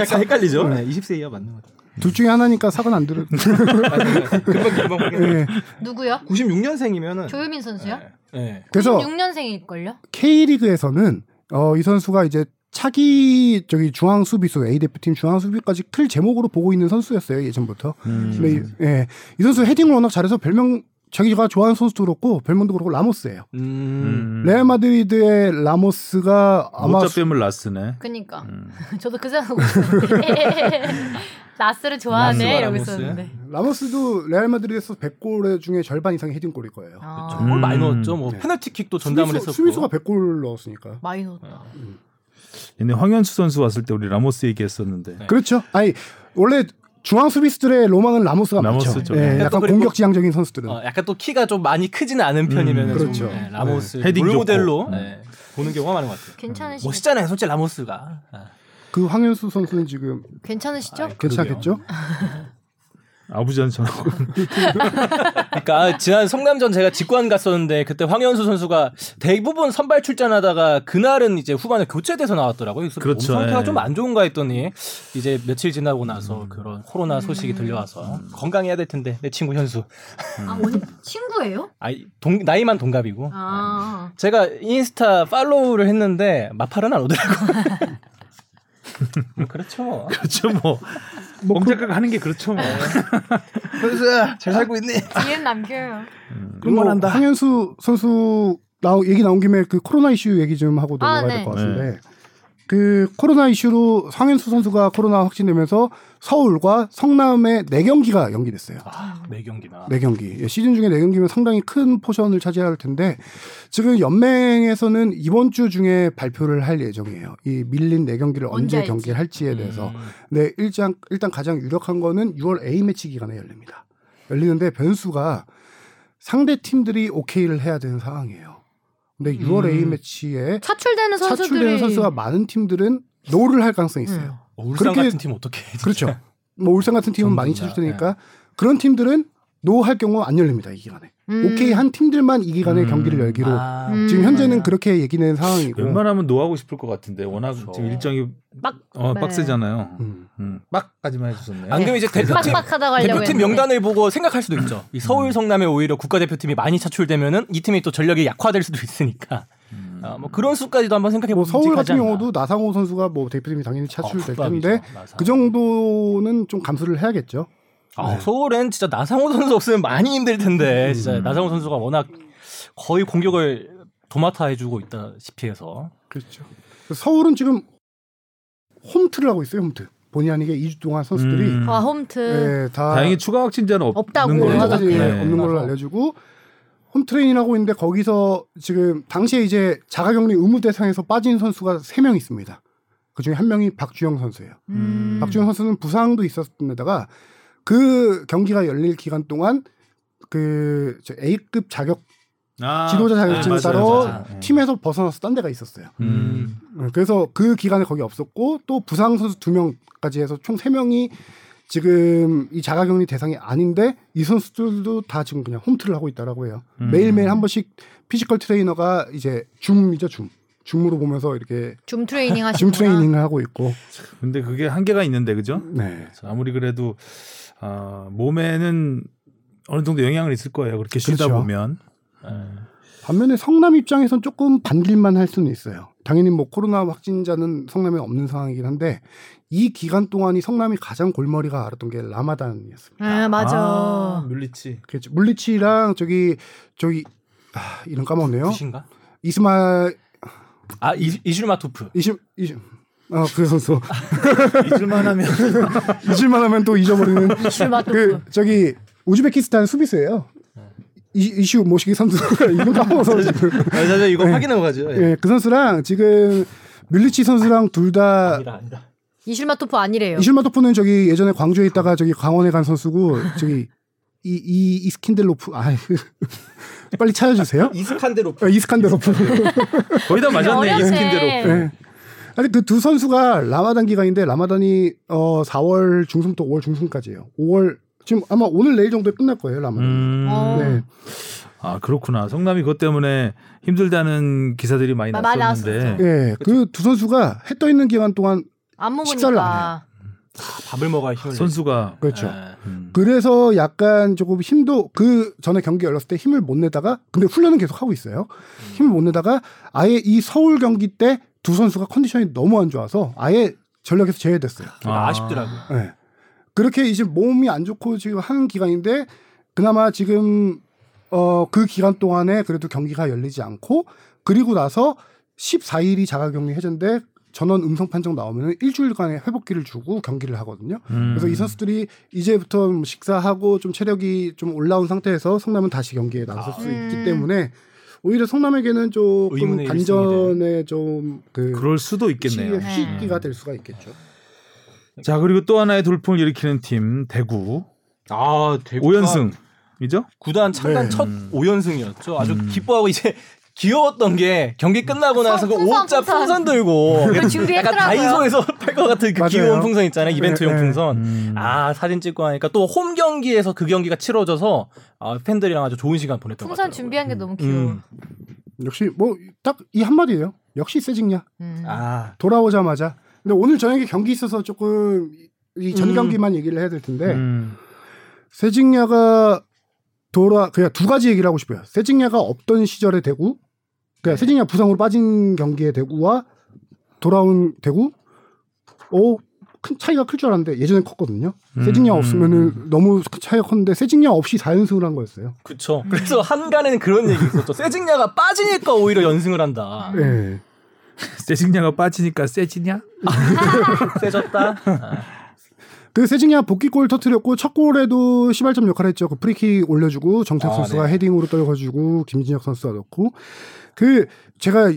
약간 헷갈리죠 네, 20세 이하 맞는 것 같아요
둘 중에 하나니까 사고는 안 들은.
금방 금방 확인
예.
누구요?
96년생이면은
조유민 선수요?
네.
그래서
96년생일 걸요?
K 리그에서는 어, 이 선수가 이제 차기 저기 중앙 수비수 A 대표팀 중앙 수비까지 클 제목으로 보고 있는 선수였어요 예전부터.
음.
근데 이, 예, 이 선수 헤딩을 워낙 잘해서 별명 자기가 좋아하는 선수도 그렇고 별명도 그렇고 라모스예요.
음.
음.
레알 마드리드의 라모스가 아마
모짜 뺨을 났으네.
그니까.
음.
저도 그 생각하고 있었는데. 나스를 좋아하네
나스와
이러고
라모스.
있었는데.
라모스도 레알 마드리드에서 100골 중에 절반 이상이 헤딩골일 거예요.
아,
그렇죠. 골 많이
음.
넣었죠. 뭐
네.
페널티킥도 전담을
수비수,
했었고. 네.
수비수가 100골 넣었으니까.
많이 넣었다.
얘네 황현수 선수 왔을 때 우리 라모스 얘기했었는데.
네.
그렇죠. 아니 원래 중앙 수비수들의 로망은 라모스가
라모스죠.
많죠. 예,
약간
약간
그리고-
공격지향적인 선수들은.
어, 약간 또 키가 좀 많이 크지는 않은 편이면 은
그렇죠.
좀, 네, 라모스
네. 헤딩 좋고.
롤모델로
음.
네, 보는 경우가 많은 것 같아요.
괜찮으시죠?
멋있잖아요, 솔직히 라모스가. 아,
그 황현수 선수는 지금
괜찮으시죠?
예. 괜찮겠죠?
아부전처럼.
그러니까 지난 성남전 제가 직관 갔었는데 그때 황현수 선수가 대부분 선발 출전하다가 그날은 이제 후반에 교체돼서 나왔더라고요. 그래서
그렇죠,
몸 상태가
예.
좀 안 좋은가 했더니 이제 며칠 지나고 나서
음.
그런 코로나 소식이 들려와서 건강해야 될 텐데 내 친구 현수.
아, 오늘 친구예요?
아이 동 나이만 동갑이고.
아.
제가 인스타 팔로우를 했는데 마팔은 안 오더라고. 음, 그렇죠.
그렇죠 뭐. 멍작가가 하는 게 그렇죠 뭐.
그래서 잘 살고 있네.
DM 넘겨요.
그리고 황현수 선수 나 얘기 나온 김에 그 코로나 이슈 얘기 좀 하고
아,
넘어가야 될
네.
것 같은데 그 코로나 이슈로 황현수 선수가 코로나 확진되면서 서울과 성남의 네 경기가 연기됐어요.
아, 매 경기나.
네 경기 예, 시즌 중에 네 경기면 상당히 큰 포션을 차지할 텐데 지금 연맹에서는 이번 주 중에 발표를 할 예정이에요. 이 밀린 네 경기를
언제
언제
할지.
경기를 할지에 대해서
음.
네, 일단, 일단 가장 유력한 거는 6월 A매치 기간에 열립니다. 열리는데 변수가 상대 팀들이 오케이를 해야 되는 상황이에요. 근데 6월
음.
A매치에
차출되는 선수들이
차출되는 선수가 많은 팀들은 노를 할 가능성이 있어요.
어, 울산
그렇게-
음.
같은 팀 어떻게?
그렇죠. 뭐 울산 같은 팀은
전부
많이
다,
찾을 테니까 그런 팀들은 노 할 경우 안 열립니다 이 기간에.
음.
오케이 한 팀들만 이 기간에
음.
경기를 열기로
아,
음.
지금 현재는
맞아요.
그렇게 얘기는 상황이고.
웬만하면 노하고 싶을 것 같은데 워낙
그렇죠.
지금 일정이
빡.
어,
네.
빡세잖아요.
음.
음, 빡까지만 해주셨네요.
예. 안 그러면 이제 대표팀
빡빡하다고 하려고
대표팀
했는데.
명단을 보고 생각할 수도 있죠. 이
음.
서울 성남에 오히려 국가대표팀이 많이 차출되면은 이 팀이 또 전력이 약화될 수도 있으니까.
음.
아, 뭐 그런 수까지도 한번 생각해
뭐
보면 어,
서울 같은 경우도 나상호 선수가 뭐 대표팀이 당연히
아,
차출될 텐데 그 정도는 좀 감수를 해야겠죠.
아, 서울엔 진짜 나상호 선수 없으면 많이 힘들
음.
텐데 진짜 나상호 선수가 워낙 거의 공격을 도맡아 해주고 있다시피 해서
그렇죠. 서울은 지금 홈트를 하고 있어요. 홈트. 본의 아니게 2주 동안 선수들이
음.
아
네.
홈트.
예, 다
다행히 추가 확진자는 없,
없다고
없는 걸로.
여러 가지
네.
예. 없는 걸로 알려주고 홈 트레이닝 하고 있는데 거기서 지금 당시에 이제 자가격리 의무 대상에서 빠진 선수가 3명 있습니다. 그 중에 한 명이 박주영 선수예요.
음.
박주영 선수는 부상도 있었는데다가 그 경기가 열릴 기간 동안 그 저 A급 자격
아,
지도자 자격증
네, 맞아요,
을 따러
맞아요. 네.
팀에서 벗어나서 딴 데가 있었어요.
음.
음, 그래서 그 기간에 거기 없었고 또 부상 선수 두 명까지 해서 총 세 명이 지금 이 자가격리 대상이 아닌데 이 선수들도 다 지금 그냥 홈트를 하고 있다라고 해요.
음.
매일매일 한 번씩 피지컬 트레이너가 이제 줌이죠 줌. 줌으로 보면서 이렇게
줌 트레이닝 하시나
아,
줌 트레이닝을 하고 있고.
근데 그게 한계가 있는데 그죠?
네.
자, 아무리 그래도 아, 몸에는 어느 정도 영향을 있을 거예요. 그렇게 쉬다
그렇죠.
보면.
반면에 성남 입장에선 조금 반길만 할 수는 있어요. 당연히 뭐 코로나 확진자는 성남에 없는 상황이긴 한데 이 기간 동안이 성남이 가장 골머리가 앓았던 게 라마단이었습니다.
아, 맞아.
물리치.
그렇죠. 물리치랑 저기 저기 아, 이름 까먹네요.
굿인가?
이스마
아 이- 이슈마토프.
이심 이심 아그 선수
잊을만 하면
잊을만 하면 또 잊어버리는
이슈마토프.
그 저기 우즈베키스탄 수비수예요. 이, 이슈 모시기 선수가 이름 까먹어서 지금
아, 자, 자,
네.
이거 확인하고 가죠. 예.
예, 그 선수랑 지금 물리치 선수랑 둘 다
아니다, 아니다.
이슈마토프 아니래요.
이실마토프는 저기 예전에 광주에 있다가 저기 강원에 간 선수고 저기 이 이 이스킨델로프 아 빨리 찾아주세요.
이스칸데로프.
어, 이스칸데로프
거의 다 맞았네.
어려세.
이스킨대로.
네. 아니 그 두 선수가 라마단 기간인데 라마단이 어 4월 중순부터 5월 중순까지예요. 5월 지금 아마 오늘 내일 정도에 끝날 거예요 라마단.
음.
어.
네.
아 그렇구나. 성남이 그것 때문에 힘들다는 기사들이 많이
마- 많이
났었는데.
예, 그 두 선수가 해 떠 있는 기간 동안
안
식사를
먹으니까.
안
밥을 먹어야 힘을.
예. 선수가
그렇죠.
예.
음.
그래서 약간 조금 힘도 그 전에 경기 열렸을 때 힘을 못 내다가 근데 훈련은 계속 하고 있어요. 힘을 못 내다가 아예 이 서울 경기 때 두 선수가 컨디션이 너무 안 좋아서 아예 전력에서 제외됐어요.
아.
아. 쉽더라고
예. 그렇게 이제 몸이 안 좋고 지금 하는 기간인데 그나마 지금 어 그 기간 동안에 그래도 경기가 열리지 않고 그리고 나서 14일이 자가격리 해제인데 전원 음성 판정 나오면 일주일간의 회복기를 주고 경기를 하거든요.
음.
그래서 이 선수들이 이제부터 뭐 식사하고 좀 체력이 좀 올라온 상태에서 성남은 다시 경기에 나설 수
음.
있기 때문에 오히려 성남에게는 조금
의문의
반전에 좀그
음. 그럴 수도 있겠네요.
네.
시기가 될 수가 있겠죠. 예.
자 그리고 또 하나의 돌풍을 일으키는 팀 대구
아, 대구가
5연승이죠?
구단 창단
네.
첫
음.
5연승이었죠. 아주
음.
기뻐하고 이제 귀여웠던 게 경기 끝나고 나서 그
풍선,
옷자
풍선.
풍선 들고
그거
약간
준비했더라고요.
다이소에서 팔 것 같은 그
맞아요.
귀여운 풍선 있잖아요. 이벤트용
네, 네.
풍선.
음.
아 사진 찍고 하니까 또 홈 경기에서 그 경기가 치러져서 아, 팬들이랑 아주 좋은 시간 보냈던 것
풍선
같아요.
준비한 게 너무 귀여워.
음.
역시 뭐 딱 이 한마디예요. 역시 세징야
음.
아
돌아오자마자. 근데 오늘 저녁에 경기 있어서 조금 이 전
음.
경기만 얘기를 해야 될 텐데
음.
세징야가 돌아 그냥 두 가지 얘기를 하고 싶어요. 세징야가 없던 시절의 대구, 그러니까 세징야 부상으로 빠진 경기의 대구와 돌아온 대구, 오큰 차이가 클 줄 알았는데 예전에 컸거든요. 세징야
음.
없으면은 너무 큰 차이가 컸는데 세징야 없이 4연승을 한 거였어요.
그쵸. 그래서 한간에는 그런 얘기 있었죠. 세징야가 빠지니까 오히려 연승을 한다.
예.
세징야가 빠지니까 세지냐?
세졌다.
그 세징야 복귀골 터트렸고 첫 골에도 시발점 역할을 했죠. 그 프리킥 올려주고 정탁
아,
선수가
네.
헤딩으로 떨궈주고 김진혁 선수가 넣고 그 제가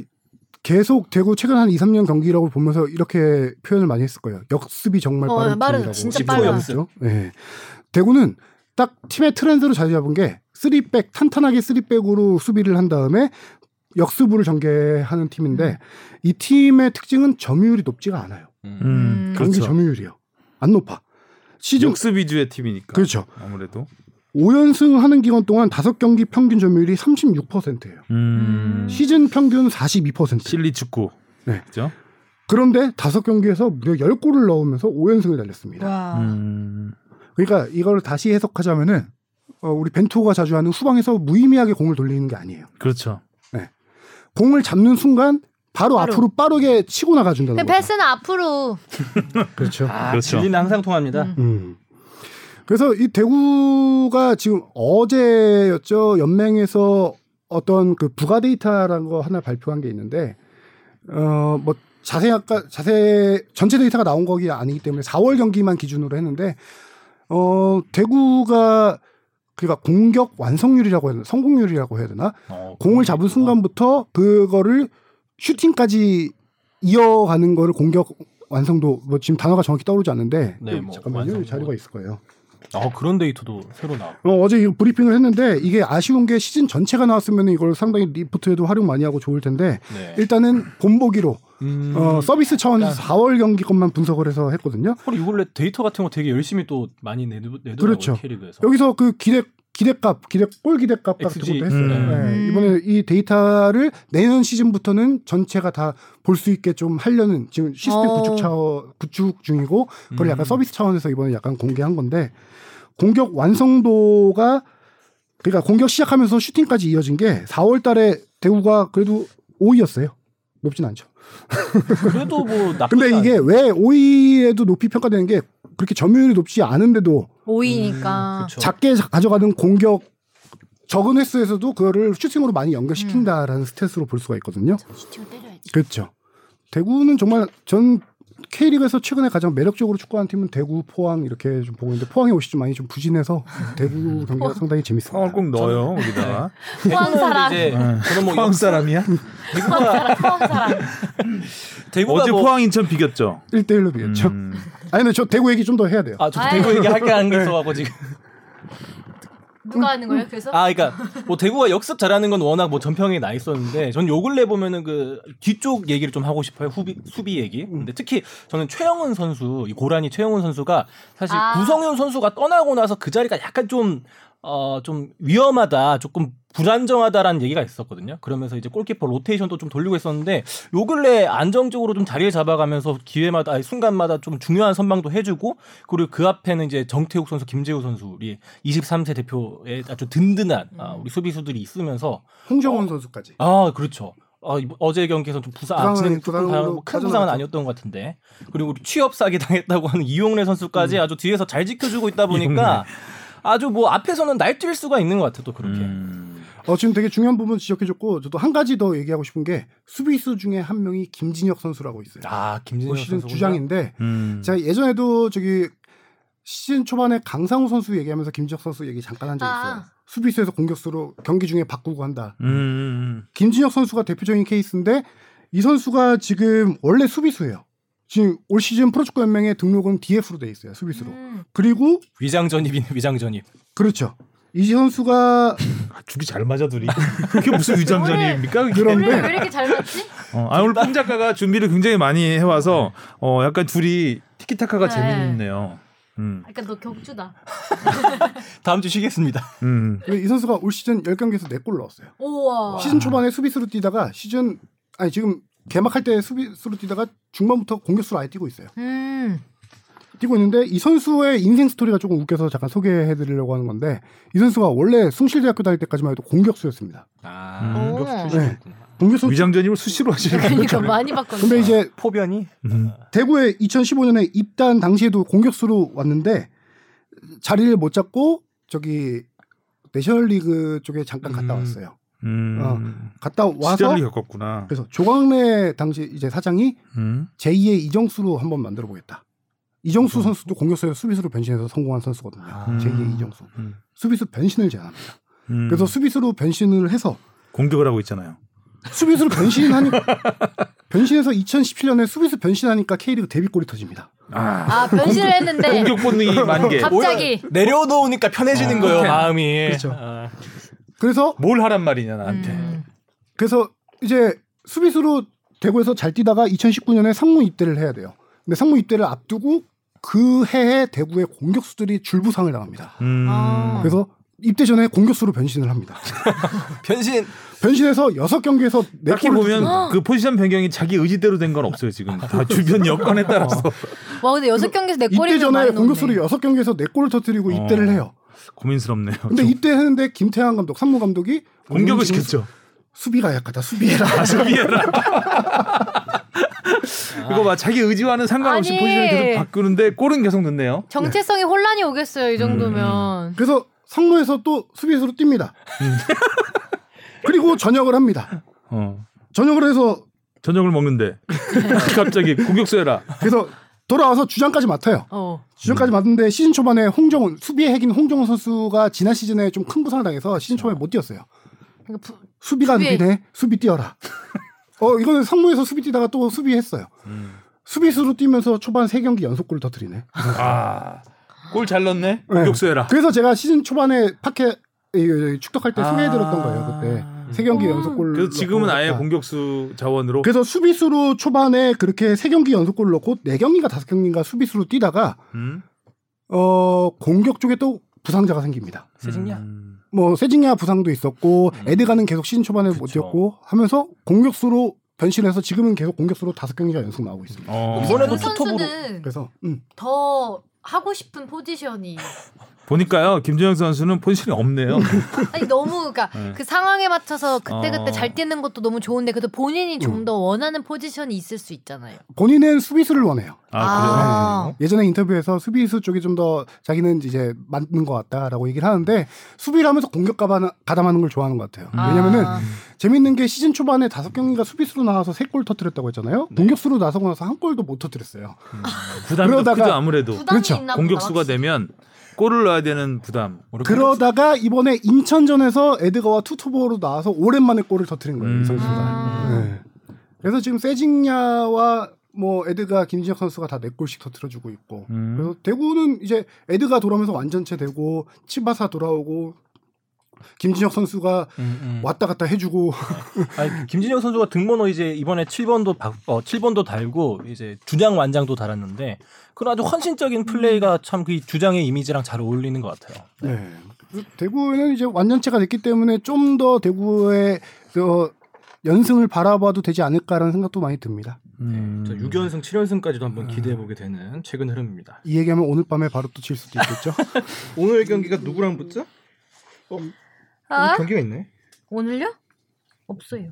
계속 대구 최근 한 2, 3년 경기라고 보면서 이렇게 표현을 많이 했을 거예요. 역습이 정말
어,
빠른
빠른,
팀이라고.
진짜
짚고
빠른.
있죠. 네. 대구는 딱 팀의 트렌드로 자리 잡은 게 3백 탄탄하게 3백으로 수비를 한 다음에 역습으로 전개하는
음.
팀인데 이 팀의 특징은 점유율이 높지가 않아요.
음,
음.
경기
그렇죠.
점유율이요. 안 높아. 시즌
역습 위주의 팀이니까.
그렇죠.
아무래도.
5연승 하는 기간 동안 5경기 평균 점유율이 36%예요.
음.
시즌 평균 42%.
실리 축구.
네.
그죠?
그런데 5경기에서 무려 10골을 넣으면서 5연승을 달렸습니다.
와.
음.
그러니까 이걸 다시 해석하자면은 어, 우리 벤투호가 자주 하는 후방에서 무의미하게 공을 돌리는 게 아니에요.
그렇죠.
공을 잡는 순간 바로,
바로.
앞으로 빠르게 치고 나가준다는
근데
거죠.
패스는 앞으로
그렇죠.
아,
그렇죠.
진리는 항상 통합니다.
음.
음. 그래서 이 대구가 지금 어제였죠 연맹에서 어떤 그 부가 데이터라는 거 하나 발표한 게 있는데 어 뭐 자세 아까 자세 전체 데이터가 나온 거기 아니기 때문에 4월 경기만 기준으로 했는데 어 대구가 그러니까 공격 완성률이라고 해야 되나 성공률이라고 해야 되나
어,
공을 잡은 순간부터 그거를 슈팅까지 이어가는 거를 공격 완성도 뭐 지금 단어가 정확히 떠오르지 않는데
네,
여기
뭐
잠깐만요 여기
완성도.
자료가 있을 거예요.
아, 그런 데이터도 새로 나와.
어, 제 이거 브리핑을 했는데 이게 아쉬운 게 시즌 전체가 나왔으면 이걸 상당히 리포트에도 활용 많이 하고 좋을 텐데
네.
일단은 본보기로
음,
어, 서비스 차원에서 4월 경기 것만 분석을 해서 했거든요.
서로 이걸래 데이터 같은 거 되게 열심히 또 많이 내도 내더라고요
그렇죠.
캐리그에서.
여기서 그 기대 기대값, 기대 골 기대값 같은
XG.
것도 했어요.
음.
네, 이번에 이 데이터를 내년 시즌부터는 전체가 다 볼 수 있게 좀 하려는 지금 시스템
어.
구축 차원 구축 중이고 그걸 약간
음.
서비스 차원에서 이번에 약간 공개한 건데 공격 완성도가 그러니까 공격 시작하면서 슈팅까지 이어진 게 4월 달에 대구가 그래도 5위였어요. 높진 않죠.
그래도 뭐 나쁘지
근데 이게 왜 5위에도 높이 평가되는 게 그렇게 점유율이 높지 않은데도
5위니까.
그렇죠.
작게 가져가는 공격 적은 횟수에서도 그거를 슈팅으로 많이 연결시킨다라는
음.
스탯으로 볼 수가 있거든요.
시팅을 때려야지.
그렇죠. 대구는 정말 전 K리그에서 최근에 가장 매력적으로 축구하는 팀은 대구, 포항 이렇게 좀 보고 있는데 포항의 옷이 좀 많이 좀 부진해서
음.
대구 경기가
상황을
상당히 재밌습니다.
꼭 넣어요, 우리다가.
포항 사람.
이제
네.
저는 뭐
네. 포항 사람이야?
대구가 대구가
어제
뭐
포항 인천 비겼죠.
1대1로 비겼죠.
음.
아니 근데 저 대구 얘기 좀 더 해야 돼요.
아, 저 대구 얘기할 게
네.
안 있어가지고 지금.
누가 하는 거예요? 그래서
아, 그러니까 뭐 대구가 역습 잘하는 건 워낙 뭐 전평에 나 있었는데 전 요 근래 보면은 그 뒤쪽 얘기를 좀 하고 싶어요. 후비 수비 얘기.
음.
근데 특히 저는 최영은 선수, 이 고라니 최영은 선수가 사실
아.
구성현 선수가 떠나고 나서 그 자리가 약간 좀 어, 좀 위험하다, 조금 불안정하다라는 얘기가 있었거든요. 그러면서 이제 골키퍼 로테이션도 좀 돌리고 있었는데 요 근래 안정적으로 좀 자리를 잡아가면서 기회마다 아니, 순간마다 좀 중요한 선방도 해주고 그리고 그 앞에는 이제 정태욱 선수, 김재우 선수 우리 23세 대표의 아주 든든한 아, 우리 수비수들이 있으면서
홍정원 선수까지.
아 그렇죠. 아, 이번- 어제 경기에서 좀 부상, 아,
부상은-
지금
부상은
부상은
뭐
뭐큰 부상은
빠져나갔죠.
아니었던 것 같은데 그리고 우리 취업 사기 당했다고 하는 이용래
음.
선수까지 아주 뒤에서 잘 지켜주고 있다 보니까 아주 뭐 앞에서는 날뛸 수가 있는 것 같아 또 그렇게
음.
어, 지금 되게 중요한 부분 지적해줬고 저도 한 가지 더 얘기하고 싶은 게 수비수 중에 한 명이 김진혁 선수라고 있어요.
아
올
김진혁
뭐 시즌
선수
주장인데
음.
제가 예전에도 저기 시즌 초반에 강상우 선수 얘기하면서 김진혁 선수 얘기 잠깐 한 적 있어요.
아.
수비수에서 공격수로 경기 중에 바꾸고 한다.
음, 음.
김진혁 선수가 대표적인 케이스인데 이 선수가 지금 원래 수비수예요. 지금 올 시즌 프로축구 연맹에 등록은 DF로 돼 있어요 수비수로.
음.
그리고
위장 전입이네 위장 전입
그렇죠. 이 선수가
아, 죽이 잘 맞아 둘이. 그게 무슨 위장전입니까? 그게?
오늘
그런데
왜 이렇게 잘 맞지?
어, 아 오늘 뽕 작가가 준비를 굉장히 많이 해와서 어 약간 둘이 티키타카가
네.
재밌네요. 음,
그러니까 너 격주다.
다음 주 쉬겠습니다.
음.
이 선수가 올 시즌 10경기에서 4골 넣었어요.
우와.
시즌 초반에 수비수로 뛰다가 시즌 아니 지금 개막할 때 수비수로 뛰다가 중반부터 공격수로 아예 뛰고 있어요.
음.
뛰고 있는데 이 선수의 인생 스토리가 조금 웃겨서 잠깐 소개해드리려고 하는 건데 이 선수가 원래 숭실대학교 다닐 때까지만 해도 공격수였습니다.
아
음.
오.
공격수
위장전입을 수시로 하시는
그러니까
거죠.
많이 바꿨네.
근데 이제
포변이
음.
대구에 2015년에 입단 당시에도 공격수로 왔는데 자리를 못 잡고 저기 내셔널리그 쪽에 잠깐 갔다
음.
왔어요.
음.
갔다 와서
시절이 겪었구나.
그래서 조광래 당시 이제 사장이
음.
제2의 이정수로 한번 만들어 보겠다. 이정수 선수도 공격수에서 수비수로 변신해서 성공한 선수거든요.
아.
제2의 이정수.
음.
수비수 변신을 제안합니다.
음.
그래서 수비수로 변신을 해서
공격을 하고 있잖아요.
수비수로 변신하니까 변신해서 2017년에 수비수 변신하니까 K리그 데뷔골이 터집니다.
아.
아 변신을 했는데
공격 본능이 만개.
갑- 갑자기.
오히려 내려놓으니까 편해지는
어,
거예요
그렇게.
마음이.
아. 그렇죠.
아.
그래서
뭘 하란 말이냐 나한테.
음.
그래서 이제 수비수로 대구에서 잘 뛰다가 2019년에 상무 입대를 해야 돼요. 근데 상무 입대를 앞두고 그 해에 대구의 공격수들이 줄부상을 당합니다.
음.
아.
그래서 입대 전에 공격수로 변신을 합니다.
변신.
음.
변신해서 여섯 경기에서 네
딱히
골을
보면
어.
넣습니다.
그 포지션 변경이 자기 의지대로 된 건 없어요 지금 다 주변 여건에 따라서
와 근데 여섯 경기에서 내
입대
아, 골이
전에 공격수로 여섯 경기에서 네 골을 터뜨리고 입대를
어.
해요.
고민스럽네요.
근데
좀.
입대했는데 김태환 감독, 삼무 감독이
공격을
우리
시켰죠.
수비가 약하다. 수비해라.
이거 봐 자기 의지와는 상관없이
아니.
포지션을 계속 바꾸는데 골은 계속 넣네요.
정체성이 혼란이 오겠어요 이 정도면.
그래서 상무에서 또 수비수로 뜁니다. 그리고 전역을 합니다.
어.
전역을 해서
저녁을 먹는데 갑자기 공격수 해라.
그래서 돌아와서 주장까지 맡아요.
어.
주전까지 맡은데 시즌 초반에 홍정훈 수비의 핵인 홍정훈 선수가 지난 시즌에 좀 큰 부상을 당해서 시즌 초반에 못 뛰었어요.
그러니까 부-
수비가
수비.
누비네 수비 뛰어라. 어 이거는 상무에서 수비 뛰다가 또 수비했어요. 수비수로 뛰면서 초반 세 경기 연속골을 터뜨리네.
골 잘 넣네. 공격수 해라.
그래서 제가 시즌 초반에 파케 이- 축덕할 때
아.
소개해드렸던 거예요 그때 세 경기
어.
음.
연속골.
그래서 지금은
넣고
아예
했다.
공격수 자원으로
그래서 수비수로 초반에 그렇게 세 경기 연속골을 넣고 네 경기가 다섯 경기인가 수비수로 뛰다가
음?
어 공격 쪽에 또 부상자가 생깁니다.
세징야.
음.
뭐 세징야 부상도 있었고 에드가는 계속 시즌 초반에 못
음. 그쵸.
뛰었고 하면서 공격수로 변신해서 지금은 계속 공격수로 다섯 경기가 연속 나오고 있습니다.
어.
이번에도
그 선수는
그래서 음.
더 하고 싶은 포지션이
보니까요 김준영 선수는 포지션이 없네요.
음.
아니 너무 그러니까
네.
그 상황에 맞춰서 그때 그때
어. 음.
잘 뛰는 것도 너무 좋은데 그래도 본인이 좀 더 원하는 포지션이 있을 수 있잖아요.
본인은 수비수를 원해요.
아
네. 예전에 인터뷰에서 수비수 쪽이 좀 더 자기는 이제 맞는 것 같다라고 얘기를 하는데 수비를 하면서 공격 가담- 가담하는 걸 좋아하는 것 같아요.
아.
왜냐면은 재밌는 게 시즌 초반에 다섯 경기가 수비수로 나와서 세 골 터뜨렸다고 했잖아요. 공격수로 나서고 나서 한 골도 못 터뜨렸어요.
그래요. 부담이 더
그러다가-
크죠 아무래도
부담이
그렇죠.
있나 보다,
공격수가
확실히.
되면 골을 넣어야 되는 부담. 그렇죠.
그러다가 이번에 인천전에서 에드가와 투톱으로 나와서 오랜만에 골을 터뜨린 거예요.
음.
이 선수가.
아.
네. 그래서 지금 세징야와 뭐 에드가 김진혁 선수가 다 네 골씩 터트려주고 있고
음.
그래서 대구는 이제 에드가 돌아오면서 완전체 되고 치바사 돌아오고 김진혁 선수가
음.
왔다 갔다 해주고
아니, 김진영 선수가 등번호 이제 이번에 7번도 바, 어, 7번도 달고 이제 주장 완장도 달았는데 그런 아주 헌신적인
음.
플레이가 참 그 주장의 이미지랑 잘 어울리는 것 같아요.
네. 대구는 이제 완전체가 됐기 때문에 좀 더 대구의 그 연승을 바라봐도 되지 않을까라는 생각도 많이 듭니다.
음.
네.
6연승, 7연승까지도 한번 기대해 보게 되는 최근 흐름입니다.
이 얘기하면 오늘 밤에 바로 또 질 수도 있겠죠.
오늘 경기가 누구랑 붙죠?
음,
아?
경기가 있네.
오늘요? 없어요.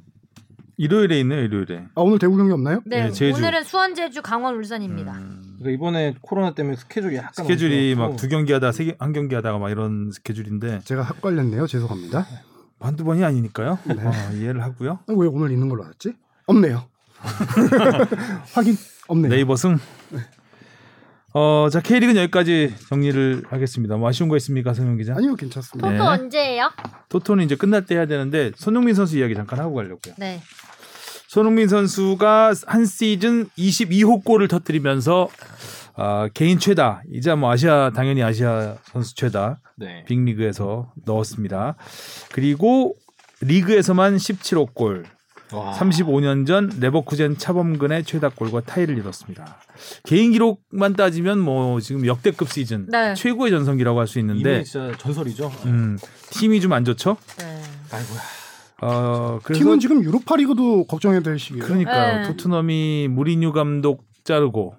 일요일에 있네요 일요일에.
아 오늘 대구 경기 없나요?
네,
네, 제주. 음.
오늘은 수원, 제주, 강원, 울산입니다.
그러니까 이번에 코로나 때문에 스케줄이 약간
음.
스케줄이 막
엉켜갖고.
두 경기 하다 세 개- 한 경기 하다가 막 이런 스케줄인데
제가 헷갈렸네요. 죄송합니다.
한두 번이 아니니까요.
네.
어, 이해를 하고요.
아, 왜 오늘 있는 걸로 알았지? 없네요. 확인 없네요.
네이버 승. 어, 자 K리그는 여기까지 정리를 하겠습니다. 뭐 아쉬운 거 있습니까, 성용 기자?
아니요 괜찮습니다.
토토
네.
언제예요?
토토는 이제 끝날 때 해야 되는데 손흥민 선수 이야기 잠깐 하고 가려고요.
네.
손흥민 선수가 한 시즌 22호 골을 터뜨리면서 아, 개인 최다, 이제 뭐 아시아 당연히 아시아 선수 최다
네.
빅리그에서 넣었습니다. 그리고 리그에서만 17호 골,
와.
35년 전 레버쿠젠 차범근의 최다골과 타이를 이뤘습니다. 개인 기록만 따지면 뭐 지금 역대급 시즌
네.
최고의 전성기라고 할 수 있는데
이분이 진짜 전설이죠.
음, 팀이 좀 안 좋죠.
네.
아이고야.
어, 그래서
팀은 지금 유로파리그도 걱정해야 될 시기예요.
그러니까요.
네.
토트넘이 무리뉴 감독 자르고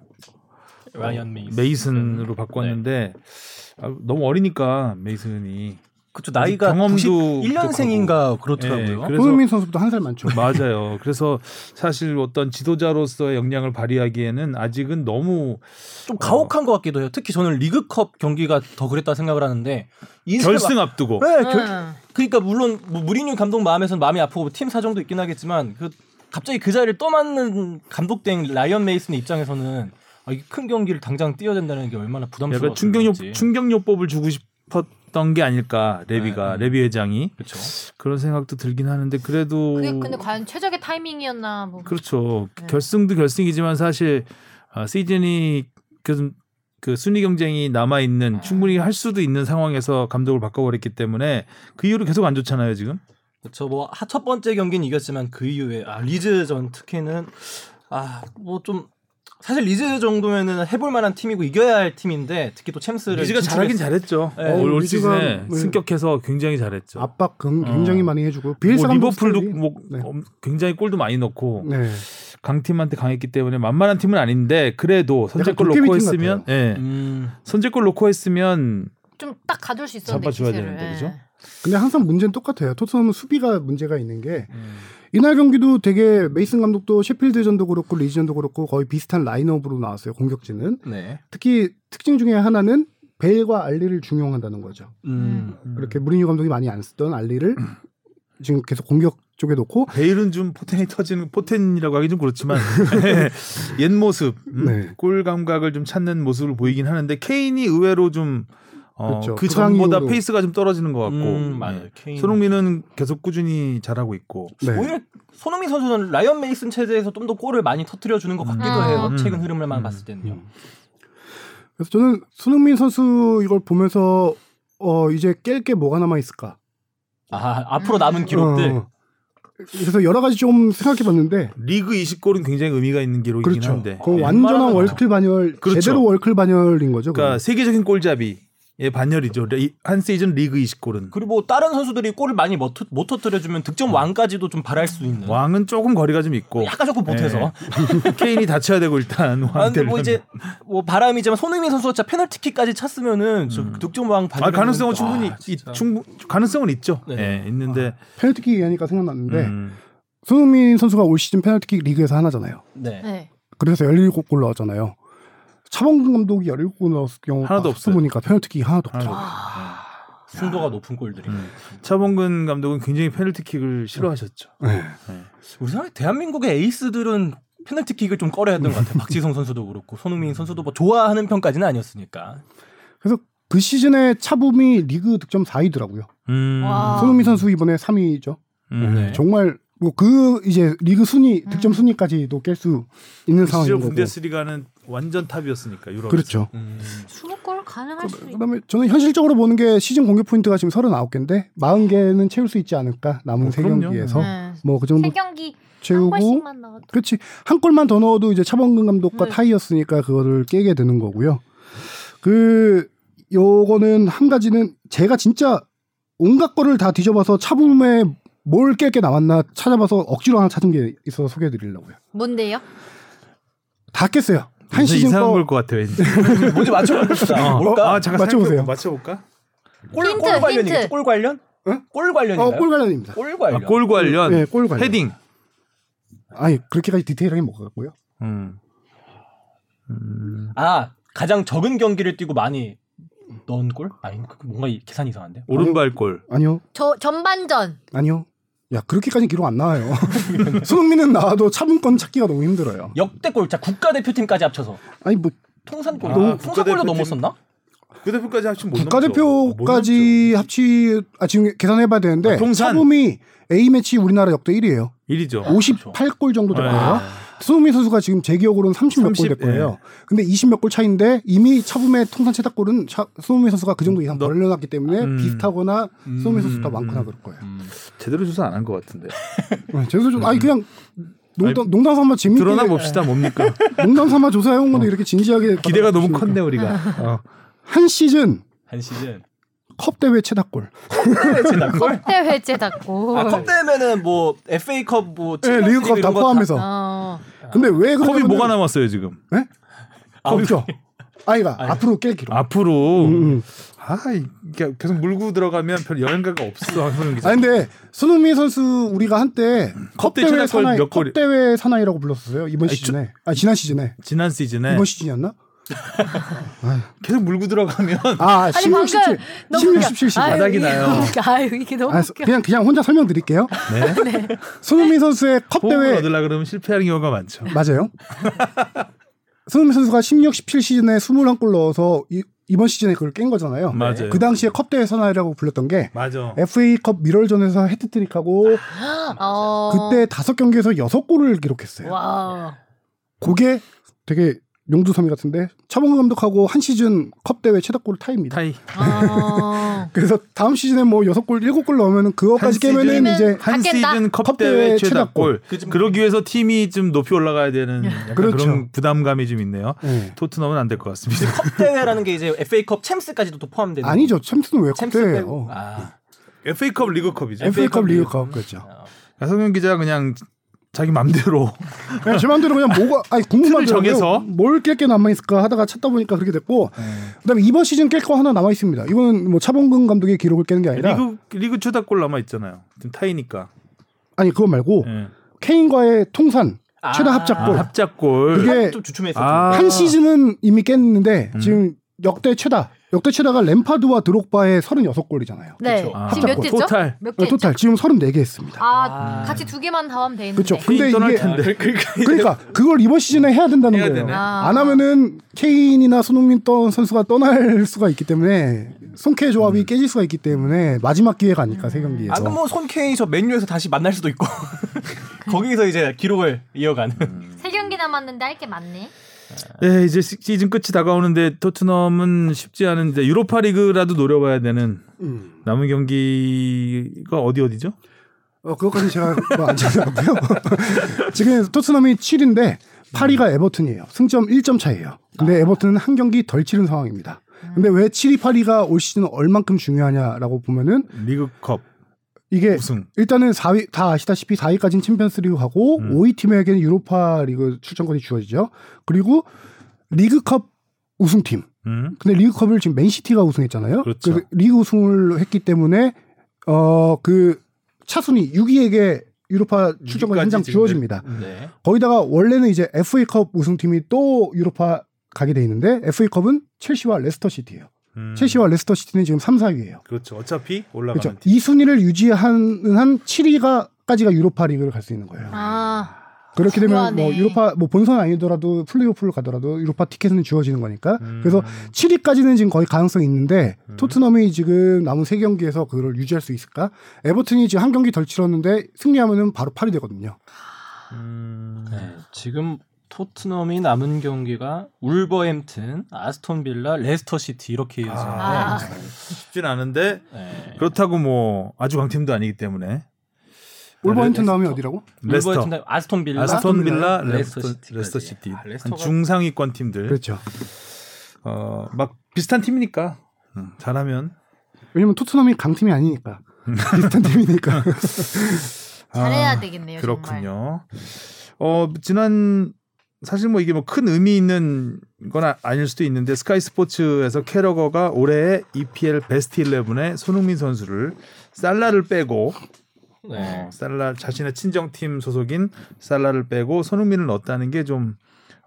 라이언 메이슨. 네.
메이슨으로 바꿨는데 아, 너무 어리니까 메이슨이
그쵸 나이가
경험도
91년생인가 그렇더라고요.
예, 그래서 네.
손흥민 선수보다 한 살 많죠.
맞아요. 그래서 사실 어떤 지도자로서의 역량을 발휘하기에는 아직은 너무
좀 가혹한 것 같기도 해요. 특히 저는 리그컵 경기가 더 그랬다 생각을 하는데 인생을
결승
막-
앞두고
네, 결,
음.
그러니까 물론 뭐 무리뉴 감독 마음에선 마음이 아프고 팀 사정도 있긴 하겠지만 그 갑자기 그 자리를 떠맡는 감독된 라이언 메이슨의 입장에서는 아, 이큰 경기를 당장 뛰어야 된다는 게 얼마나 부담스러워.
약간 충격요 충격요법을 주고 싶었던 게 아닐까 레비가
네, 네.
레비 회장이
그렇죠.
그런 생각도 들긴 하는데 그래도
그게 근데 과연 최적의 타이밍이었나 뭐.
그렇죠
네.
결승도 결승이지만 사실 아, 시즌이 그, 그 순위 경쟁이 남아 있는 충분히 할 수도 있는 상황에서 감독을 바꿔버렸기 때문에 그 이후로 계속 안 좋잖아요 지금
그렇죠. 뭐첫 번째 경기는 이겼지만 그 이후에 아, 리즈전 특히는 아 뭐 좀 사실 리즈 정도면은 해볼 만한 팀이고 이겨야 할 팀인데 특히 또 챔스를
리즈가 잘하긴
진출했-
잘했죠.
네.
올, 올
리즈가
시즌에
뭐-
승격해서 굉장히 잘했죠.
그렇죠. 압박 긍- 굉장히
어.
많이 해주고
뭐
비엘사 감독
리버풀도
스타일이-
뭐
네.
엄- 굉장히 골도 많이 넣고
네.
강팀한테 강했기 때문에 만만한 팀은 아닌데 그래도 선제골
도깨비
놓고
팀
했으면 예.
음.
선제골 놓고 했으면
좀 딱 가둘 수 있었는데
잡아줘야
기세를.
되는데, 그죠?
예.
근데 항상 문제는 똑같아요. 토트넘은 수비가 문제가 있는
예.
게 이날 경기도 되게 메이슨 감독도 셰필드전도 그렇고 리즈전도 그렇고 거의 비슷한 라인업으로 나왔어요. 공격진은
네.
특히 특징 중에 하나는 베일과 알리를 중용한다는 거죠.
음.
그렇게 무리뉴 감독이 많이 안 쓰던 알리를
음.
지금 계속 공격 쪽에 놓고
베일은 좀 포텐이 터지는 포텐이라고 하기 좀 그렇지만 옛 모습 음,
네.
골 감각을 좀 찾는 모습을 보이긴 하는데 케인이 의외로 좀그 어,
그렇죠.
그
부상
전보다
이후로.
페이스가 좀 떨어지는 것 같고
음,
예.
맞아요. 케인.
손흥민은 계속 꾸준히 잘하고 있고
네.
오히려 손흥민 선수는 라이언 메이슨 체제에서 좀 더 골을 많이 터뜨려 주는 것 같기도
음.
해요.
음.
최근 흐름을만
음.
봤을 때는요.
그래서 저는 손흥민 선수 이걸 보면서 어 이제 깰 게 뭐가 남아 있을까?
아 앞으로 남은 기록들.
어. 그래서 여러 가지 좀 생각해 봤는데
리그 20골은 굉장히 의미가 있는 기록이긴
그렇죠.
한데
그
예.
완전한
웬만하면
월클 반열
그렇죠.
제대로 월클 반열인 거죠.
그러니까 세계적인 골잡이의 반열이죠. 레- 한 시즌 리그 20골은
그리고 다른 선수들이 골을 많이 못, 터- 못 터뜨려주면 득점 왕까지도 좀 바랄 수 있는.
음. 왕은 네. 조금 거리가 좀 있고
약간 조금 보태서.
예. 케인이 다쳐야 되고 일단
아, 근데
왕
뭐 이제 뭐 바람이지만 손흥민 선수가 진짜 페널티킥까지 찼으면은 저 득점 왕
음. 아, 가능성은 충분히
아,
있,
진짜.
충분 가능성은 있죠.
네.
예, 있는데
페널티킥 얘기하니까 생각났는데
음,
손흥민 선수가 올 시즌 페널티킥 리그에서 하나잖아요.
네.
네.
그래서 17골 넣었잖아요. 차범근 감독이 17골 넣었을 경우
하나도
앞서 보니까 페널티킥이 하나도 없더라고요.
순도가 높은 골들이.
음. 차범근 감독은 굉장히
아.
페널티킥을 싫어하셨죠.
우리 생각에 대한민국의 에이스들은 페널티킥을 좀 꺼려했던 것 같아요. 박지성 선수도 그렇고 손흥민 선수도 뭐 좋아하는 편까지는 아니었으니까.
그래서 그 시즌에 차범이 리그 득점 4위더라고요.
음,
와.
손흥민 선수 이번에 3위죠.
음.
네.
정말 뭐 그 이제 리그 순위
음.
득점 순위까지도 깰 수 있는
그 시절
상황인 거고.
분데스리가는 완전 탑이었으니까 음, 유럽.
그렇죠.
음.
수목골 가능할 수 있.
그다음에 저는 현실적으로 보는 게 시즌 공격 포인트가 지금 39개인데 40개는 채울 수 있지 않을까 남은
어,
세
그럼요.
경기에서
네.
뭐 그 정도
세 경기 한
채우고
골씩만 넣어도
그렇지 한 골만 더 넣어도 이제 차범근 감독과
네.
타이였으니까 그거를 깨게 되는 거고요. 그 요거는 한 가지는 제가 진짜 온갖 거를 다 뒤져봐서 차범에 뭘 깰 게 남았나 찾아봐서 억지로 하나 찾은 게 있어서 소개해드리려고요.
뭔데요?
다 깼어요. 한
무슨
시즌
이상한
거
걸것 같아 왠지.
음, 뭔지 맞춰봅시다. 뭘까?
아 잠깐
맞춰보세요.
생각해보- 맞춰볼까?
골,
힌트,
골 관련이
힌트.
골 관련?
응?
골 관련인가요?
어, 골 관련입니다.
골
아,
관련.
골 관련
예, 골 관련.
헤딩.
아니 그렇게까지 디테일하게 못 갔고요.
음.
음.
아 가장 적은 경기를 뛰고 많이 넣은 골? 아니 그- 뭔가 이- 계산이 이상한데.
오른발 골.
아니요,
저 전반전.
아니요. 야 그렇게까지 기록 안 나와요. 손흥민은 나와도 차범권 찾기가 너무 힘들어요.
역대 골, 자 국가 대표팀까지 합쳐서
아니 뭐
통산 골,
아,
통산 골도
국가대표팀-
넘었었나?
그 대표까지 합치면 못
국가대표까지 합치 아 지금 계산해봐야 되는데
아, 통산. 아,
차범이 A 매치 우리나라 역대 1위예요.
1위죠.
58골 정도
네.
됐고요. 손흥민 선수가 지금 제 기억으로는 30 몇 골
30,
됐고요. 근데 20 몇 골 차인데 이미 차범의 통산 채택골은 차, 손흥민 선수가 그 정도 이상
너-
벌려놨기 때문에
음.
비슷하거나 손흥민 선수 더
음.
많거나 그럴 거예요.
제대로 조사 안 한 것 같은데.
네, 죄송 좀 아니 그냥 농담, 농담 삼아 재밌게
드러나 봅시다 뭡니까?
농담 삼아 조사해온 건데 이렇게 진지하게
기대가 너무
받아주시니까.
컸네 우리가. 어.
한 시즌
한 시즌.
컵 대회 최다골.
컵
대회제
아,
닫고.
아, 대면은 뭐 FA컵 뭐
네, 리그컵 다 포함해서.
어.
근데 왜
컵이
그러냐면은-
뭐가 남았어요 아, 지금?
없죠. 아이가 앞으로 깰 기록.
앞으로
음.
아 이게 계속 물고 들어가면 별 여행가가 없어 하는 기자.
아 근데 손흥민 선수 우리가 한때
컵 대회
컵대회
최다 골
사나이
몇 골이-
컵대회 사나이라고 불렀었어요 이번
아니, 네.
시즌에 아 지난 시즌에
지난 시즌에
이번 시즌이었나?
계속 물고 들어가면
아
아니
16,
방금
17, 16, 17 시즌.
아유,
아,
바닥이
이게-
나요.
아유 이게 너무 웃겨.
그냥 그냥 혼자 설명드릴게요.
네.
손흥민 선수의
호흡을
컵대회
얻으려 그러면 실패하는 경우가 많죠.
맞아요. 손흥민 선수가 16, 17 시즌에 21골 넣어서 이, 이번 시즌에 그걸 깬 거잖아요.
맞아요.
그 당시에 컵대회 사나이라고 불렸던 게
맞아.
FA컵 미럴전에서 헤트트릭하고
어.
아, 아.
그때 다섯 경기에서 여섯 골을 기록했어요.
와.
그게 되게 용두섬이 같은데 차범근 감독하고 한 시즌 컵 대회 최다골을 타입니다.
타이
어.
그래서 다음 시즌에 뭐 여섯 골 일곱 골 넣으면 그거까지
한 시즌?
깨면은 이제
한
받겠다.
시즌
컵
컵
대회
대회
최다 골.
최다골. 그러기 위해서 팀이 좀 높이 올라가야 되는 약간 그
그렇죠.
런 부담감이 좀 있네요.
예.
토트넘은 안 될 것 같습니다.
컵 대회라는 게 이제 FA컵 챔스까지도 또 포함되는
아니죠. 챔스는 왜
챔스 빼고
컵대예요?
아,
FA컵 리그컵이죠. 그러니까
FA컵
FA
리그컵 그렇죠.
어.
야성현 기자 그냥 자기 맘대로
그냥 제 마음대로 그냥 뭐가 아니
틀을
궁금한
정해서?
뭘 깰 게 남아 있을까 하다가 찾다 보니까 그렇게 됐고 그다음에 이번 시즌 깰 거 하나 남아 있습니다. 이건 뭐 차범근 감독의 기록을 깨는 게 아니라
리그 리그 최다골 남아 있잖아요. 지금 타이니까.
아니 그거 말고
예.
케인과의 통산
아,
최다 합작골
아, 합작골.
그게
좀 주춤했었죠.
아. 음.
한 시즌은 이미 깼는데 지금 역대 최다 역대 최다가 램파드와 드록바의 36골이잖아요.
네.
그쵸.
아.
지금 몇 개죠?
토탈.
몇 개죠?
토탈 지금 34개 했습니다.
아,
아.
같이 두 개만 더 하면 되는데.
그렇죠.
케인
근데
떠날
이게
텐데.
그러니까 그걸 이번 시즌에 해야 된다는
아, 해야
거예요.
되네.
아.
안 하면은 케인이나 손흥민 떠 선수가 떠날 수가 있기 때문에 손케 조합이
음.
깨질 수가 있기 때문에 마지막 기회가 아닐까 세 경기에서.
아까 뭐 손케이 저 맨유에서 다시 만날 수도 있고 거기서 이제 기록을 이어가는
세 경기 남았는데 할 게 많네.
네, 이제 시- 시즌 끝이 다가오는데 토트넘은 쉽지 않은데 유로파 리그라도 노려봐야 되는
음.
남은 경기가 어디 어디죠?
어, 그것까지 제가 뭐안 찾아봤고요. 지금 토트넘이 7인데 8위가 에버튼이에요. 승점 1점 차이에요. 근데 에버튼은 한 경기 덜 치른 상황입니다. 근데 왜 7위, 8위가 올 시즌 얼만큼 중요하냐라고 보면은
리그컵
이게
우승.
일단은 4위 다 아시다시피 4위까지는 챔피언스 리그하고 5위 팀에게는 유로파 리그 출전권이 주어지죠. 그리고 리그컵 우승팀.
음.
근데 리그컵을 지금 맨시티가 우승했잖아요.
그렇죠.
그 리그 우승을 했기 때문에 어 그 차순위 6위에게 유로파 출전권 한 장
지금
주어집니다.
네.
거기다가 원래는 이제 FA컵 우승팀이 또 유로파 가게 돼 있는데 FA컵은 첼시와 레스터 시티예요.
음.
첼시와 레스터 시티는 지금 3, 4위예요.
그렇죠. 어차피
그렇죠.
올라가는 팀.
이 순위를 유지하는 한 7위가까지가 유로파 리그를 갈 수 있는 거예요.
아,
그렇게 되면 뭐
중요하네.
유로파 뭐 본선 아니더라도 플레이오프를 가더라도 유로파 티켓은 주어지는 거니까.
음.
그래서 7위까지는 지금 거의 가능성이 있는데 토트넘이 지금 남은 세경기에서 그걸 유지할 수 있을까? 에버튼이 지금 한 경기 덜 치렀는데 승리하면은 바로 8위 되거든요.
음.
네, 지금 토트넘이 남은 경기가 울버햄튼, 아스톤 빌라, 레스터 시티 이렇게 이어지는데
아.
네. 쉽진 않은데
네.
그렇다고 뭐 아주 강팀도 아니기 때문에
올버햄튼 다음이 어디라고?
레스터,
울버햄튼, 아스톤 빌라,
아스톤 빌라, 레스터,
레스터 시티까지.
레스터 시티
아, 레스터가-
한 중상위권 팀들
그렇죠.
어 막 비슷한 팀이니까 음, 잘하면
왜냐면 토트넘이 강팀이 아니니까.
음.
비슷한 팀이니까.
잘해야
아,
되겠네요. 정말.
그렇군요. 어 지난 사실 뭐 이게 뭐 큰 의미 있는 건 아, 아닐 수도 있는데 스카이 스포츠에서 캐러거가 올해의 EPL 베스트 11에 손흥민 선수를 살라를 빼고
네.
어, 살라 자신의 친정팀 소속인 살라를 빼고 손흥민을 넣었다는 게 좀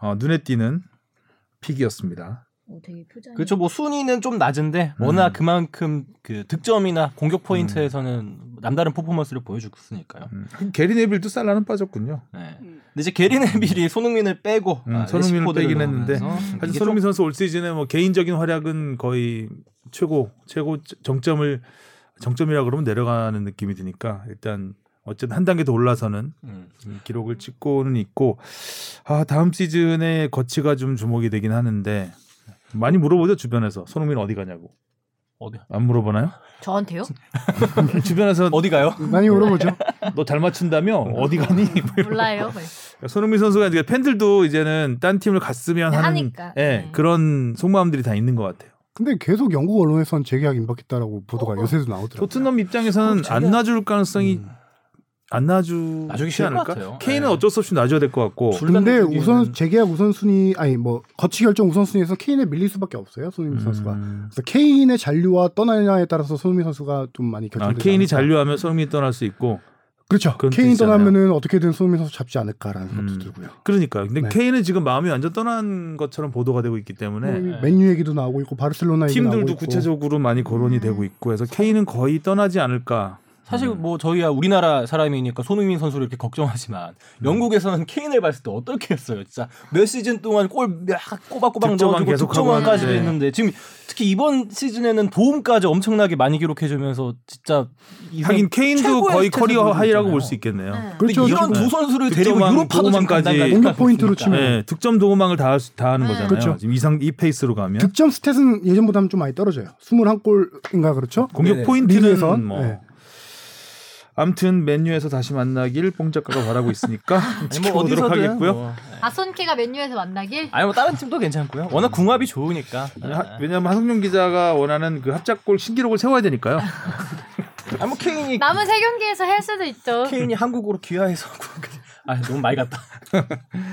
어, 눈에 띄는 픽이었습니다.
오, 되게 표정이.
그렇죠. 뭐 순위는 좀 낮은데
음.
워낙 그만큼 그 득점이나 공격 포인트에서는 남다른 퍼포먼스를 보여주고 있으니까요.
음, 게리 네빌도 살라는 빠졌군요.
네. 근데 이제 게리 네빌이 손흥민을 빼고
음,
아,
손흥민을
레시포드를
빼긴 했는데
넣으면서 음.
사실
이게
손흥민 선수 올 시즌에 뭐 개인적인 활약은 거의 최고 최고 정점을 정점이라 그러면 내려가는 느낌이 드니까 일단 어쨌든 한 단계 더 올라서는
좀, 음.
음, 기록을 찍고는 있고 아 다음 시즌에 거치가 좀 주목이 되긴 하는데 많이 물어보죠 주변에서 손흥민 어디 가냐고
어디
안 물어보나요?
저한테요?
주변에서
어디 가요?
많이
예.
물어보죠.
너 잘 맞춘다며 어디 가니? 뭐 이런
몰라요.
그러니까 손흥민 선수가 이제 팬들도 이제는 딴 팀을 갔으면 하는
하니까.
예,
네.
그런 속마음들이 다 있는 것 같아요.
근데 계속 영국 언론에서는 재계약 임박했다라고 보도가 요새도 나오더라고요.
어.
어, 음.
토트넘 입장에서는
제가-
안 놔줄 가능성이 안 놔주
놔주기
지
싫을 것
않을까?
같아요.
케인은
예.
어쩔 수 없이 놔줘야 될 것 같고
둘-
근데
뭐, 불가능하기에는-
우선 재계약 우선순위 아니 뭐 거치 결정 우선순위에서 케인에 밀릴 수밖에 없어요 손흥민 선수가
음.
그래서 케인의 잔류와 떠나냐에 따라서 손흥민 선수가 좀 많이
아,
결정돼요.
케인이 잔류하면 손흥민 떠날 수 있고
그렇죠.
그런
케인
뜻이잖아요.
떠나면은 어떻게든 손흥민 선수 잡지 않을까라는 생각도
음.
들고요.
그러니까 근데
네.
케인은 지금 마음이 완전 떠난 것처럼 보도가 되고 있기 때문에
뭐 맨유 얘기도 나오고 음. 있고 바르셀로나 얘기도 나오고
네. 팀들도
있고.
구체적으로 많이 거론이 되고 있고 해서 케인은 거의 떠나지 않을까
사실 뭐 저희야 우리나라 사람이니까 손흥민 선수를 이렇게 걱정하지만
음.
영국에서는 케인을 봤을 때 어떻게 했어요? 진짜 몇 시즌 동안 골 막 꼬박꼬박
득점왕
넣어주고
계속하고
득점왕까지도
하는데.
했는데 지금 특히 이번 시즌에는 도움까지 엄청나게 많이 기록해주면서 진짜 인생
하긴 케인도
최고의
거의 커리어
스탯을
하이라고
보여주잖아요.
볼 수 있겠네요.
근데
그렇죠.
지금
이런 두 선수를 데리고
득점왕,
유럽파도 지금
도움왕까지
간단하게
공격 포인트로
가고 있으니까.
치면
네, 득점 도움망을 다, 할 수- 다 하는 거잖아요.
그렇죠.
지금 이상 이 페이스로 가면
득점 스탯은 예전보다는 좀 많이 떨어져요. 21골인가 그렇죠?
공격
네네.
리그에선
포인트는 음. 뭐
네.
아무튼 맨유에서 다시 만나길 뽕 작가가 바라고 있으니까
아니, 뭐
지켜보도록
어디서든
하겠고요.
뭐.
아손케가 맨유에서 만나길?
아니 뭐 다른 팀도 괜찮고요. 워낙 궁합이 좋으니까.
아니, 하- 왜냐하면 하성룡 기자가 원하는 그 합작골 신기록을 세워야 되니까요.
아니 뭐 케인이
남은 세 경기에서 할 수도 있죠.
케인이 한국으로 귀화해서 아 너무 많이 갔다.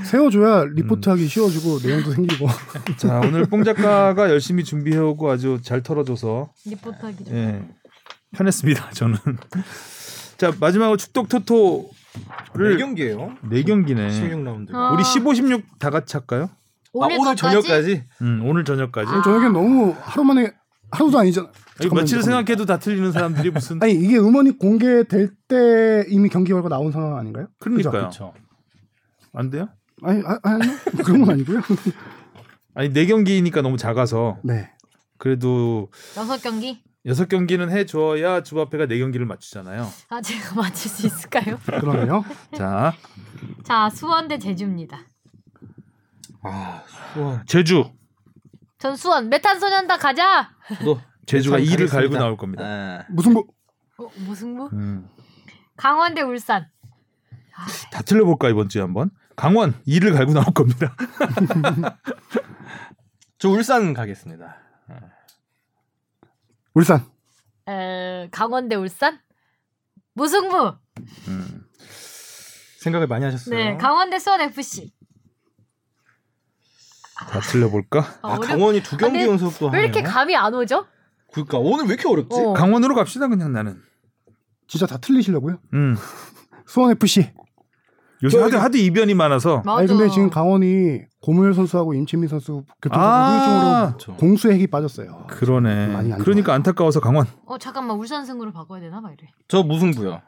세워줘야 리포트하기
음.
쉬워지고 내용도 생기고
자 오늘 뽕 작가가 열심히 준비해오고 아주 잘 털어줘서
리포터기 좀.
예, 편했습니다 저는. 자 마지막으로 축덕 토토를
네 경기예요.
네 경기네.
16라운드.
아,
어.
우리 아, 15, 16 다 같이 할까요?
오늘,
음, 오늘 저녁까지.
저녁엔 너무 하루 만에 하루도 아니잖아.
이거
아, 잠깐만요,
며칠
잠깐만요.
생각해도 다 틀리는 사람들이 무슨
아니 이게 음원이 공개될 때 이미 경기 결과 나온 상황 아닌가요?
그러니까요.
그렇죠.
안 돼요?
아니 아, 아니 그런 건 아니고요.
아니 네 경기니까 너무 작아서
네.
그래도
여섯 경기?
여섯 경기는 해줘야 주바페가 네 경기를 맞추잖아요.
아 제가 맞출 수 있을까요?
그러네요.
자
자 수원 대 제주입니다.
아, 수원.
제주
네,
전 수원 메탄소년단 가자.
너
제주가
일단
이를 갈고
가겠습니다.
나올 겁니다.
아.
네.
무슨 거
어, 무승부?
음.
강원 대 울산.
다 틀려볼까 이번 주에 한번 강원 이를 갈고 나올 겁니다.
저 울산 가겠습니다.
울산
에, 강원 대 울산? 무승부.
음.
생각을 많이 하셨어요.
네, 강원 대 수원 FC.
다 틀려볼까?
아,
아,
어렵-
강원이 두 경기
아, 근데
연속도 하네요.
왜 이렇게 감이 안 오죠?
그러니까 오늘 왜 이렇게 어렵지?
어.
강원으로 갑시다 그냥 나는.
진짜 다 틀리시려고요?
음.
수원 FC.
요새
저
하도,
여기-
하도 이변이 많아서
맞아.
아니 근데 지금 강원이 고무열 선수하고 임채민 선수 교통사고
아.
후유증으로 공수의 핵이 빠졌어요. 많이
그러네.
안
그러니까 안타까워서 강원.
어 잠깐만 울산 승으로 바꿔야 되나 막 이래.
저 무승부요.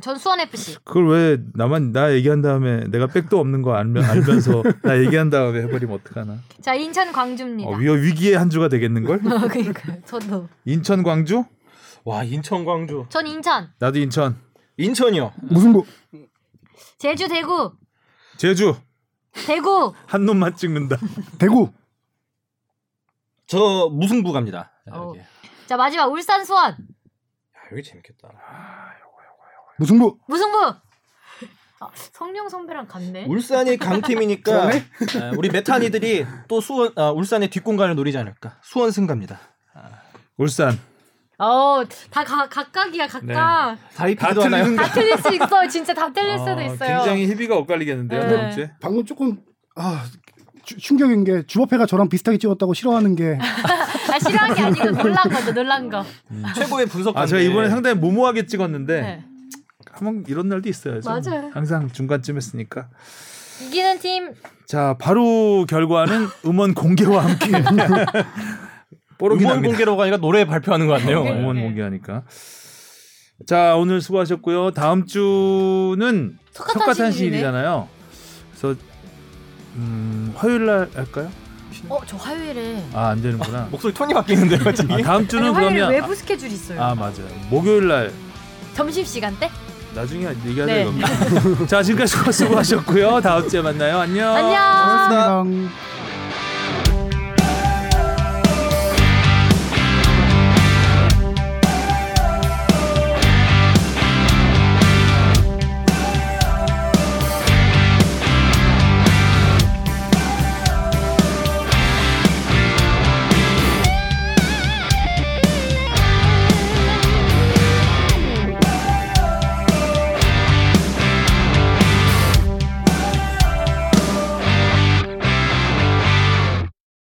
전 수원 FC.
그걸 왜 나만 나 얘기한 다음에 내가 백도 없는 거 알면 알면서 나 얘기한 다음에 해버리면 어떡하나?
자 인천 광주입니다.
어, 위, 위기의 한 주가 되겠는 걸?
그러니까 저도
인천 광주?
와, 인천 광주.
전 인천
나도 인천.
인천이요.
무슨 뭐, 거
제주 대구
제주
대구
한 놈만 찍는다.
대구
저 무승부 갑니다. 아,
어.
여기. 야,
자 마지막 울산 수원
여기 재밌겠다.
무승부
무승부. 아, 성룡 선배랑 같네.
울산이 강팀이니까 아, 우리 메타니들이 또 수원 아, 울산의 뒷공간을 노리지 않을까. 수원 승갑니다.
울산.
어다 각각이야 각각
다리
다
피도 하나요?
틀리는
다 틀릴 수 있어 진짜 다 틀릴
아,
수도 있어요.
굉장히 희비가 엇갈리겠는데요
네.
다음 주에.
방금 조금 아 주- 충격인 게 주법회가 저랑 비슷하게 찍었다고 싫어하는 게
아 싫어한 게 아니고 놀란 거죠 놀란 거.
최고의 분석.
아 제가 이번에 상당히 무모하게 찍었는데
네.
한번 이런 날도 있어요. 저는
맞아요.
항상 중간쯤 했으니까.
이기는 팀
자 바로 결과는 음원 공개와 함께 뽀록이
음원
납니다.
공개로 가니까 노래 발표하는 것 같네요.
공개.
어, 음원 공개하니까. 자 오늘 수고하셨고요. 다음 주는
석가탄신일이네.
석가탄신일이잖아요. 그래서 음, 화요일 날 할까요?
어저 화요일에
아 안 되는구나.
목소리 톤이 바뀌는데요, 갑자기.
아, 다음
아니
주는
화요일에
그러면
외부 스케줄 이 있어요.
아 맞아요. 목요일 날
점심 시간 때?
나중에 얘기하자
네.
이겁니다. 자 지금까지 수고하셨고요. 다음 주에 만나요. 안녕.
안녕.
고맙습니다.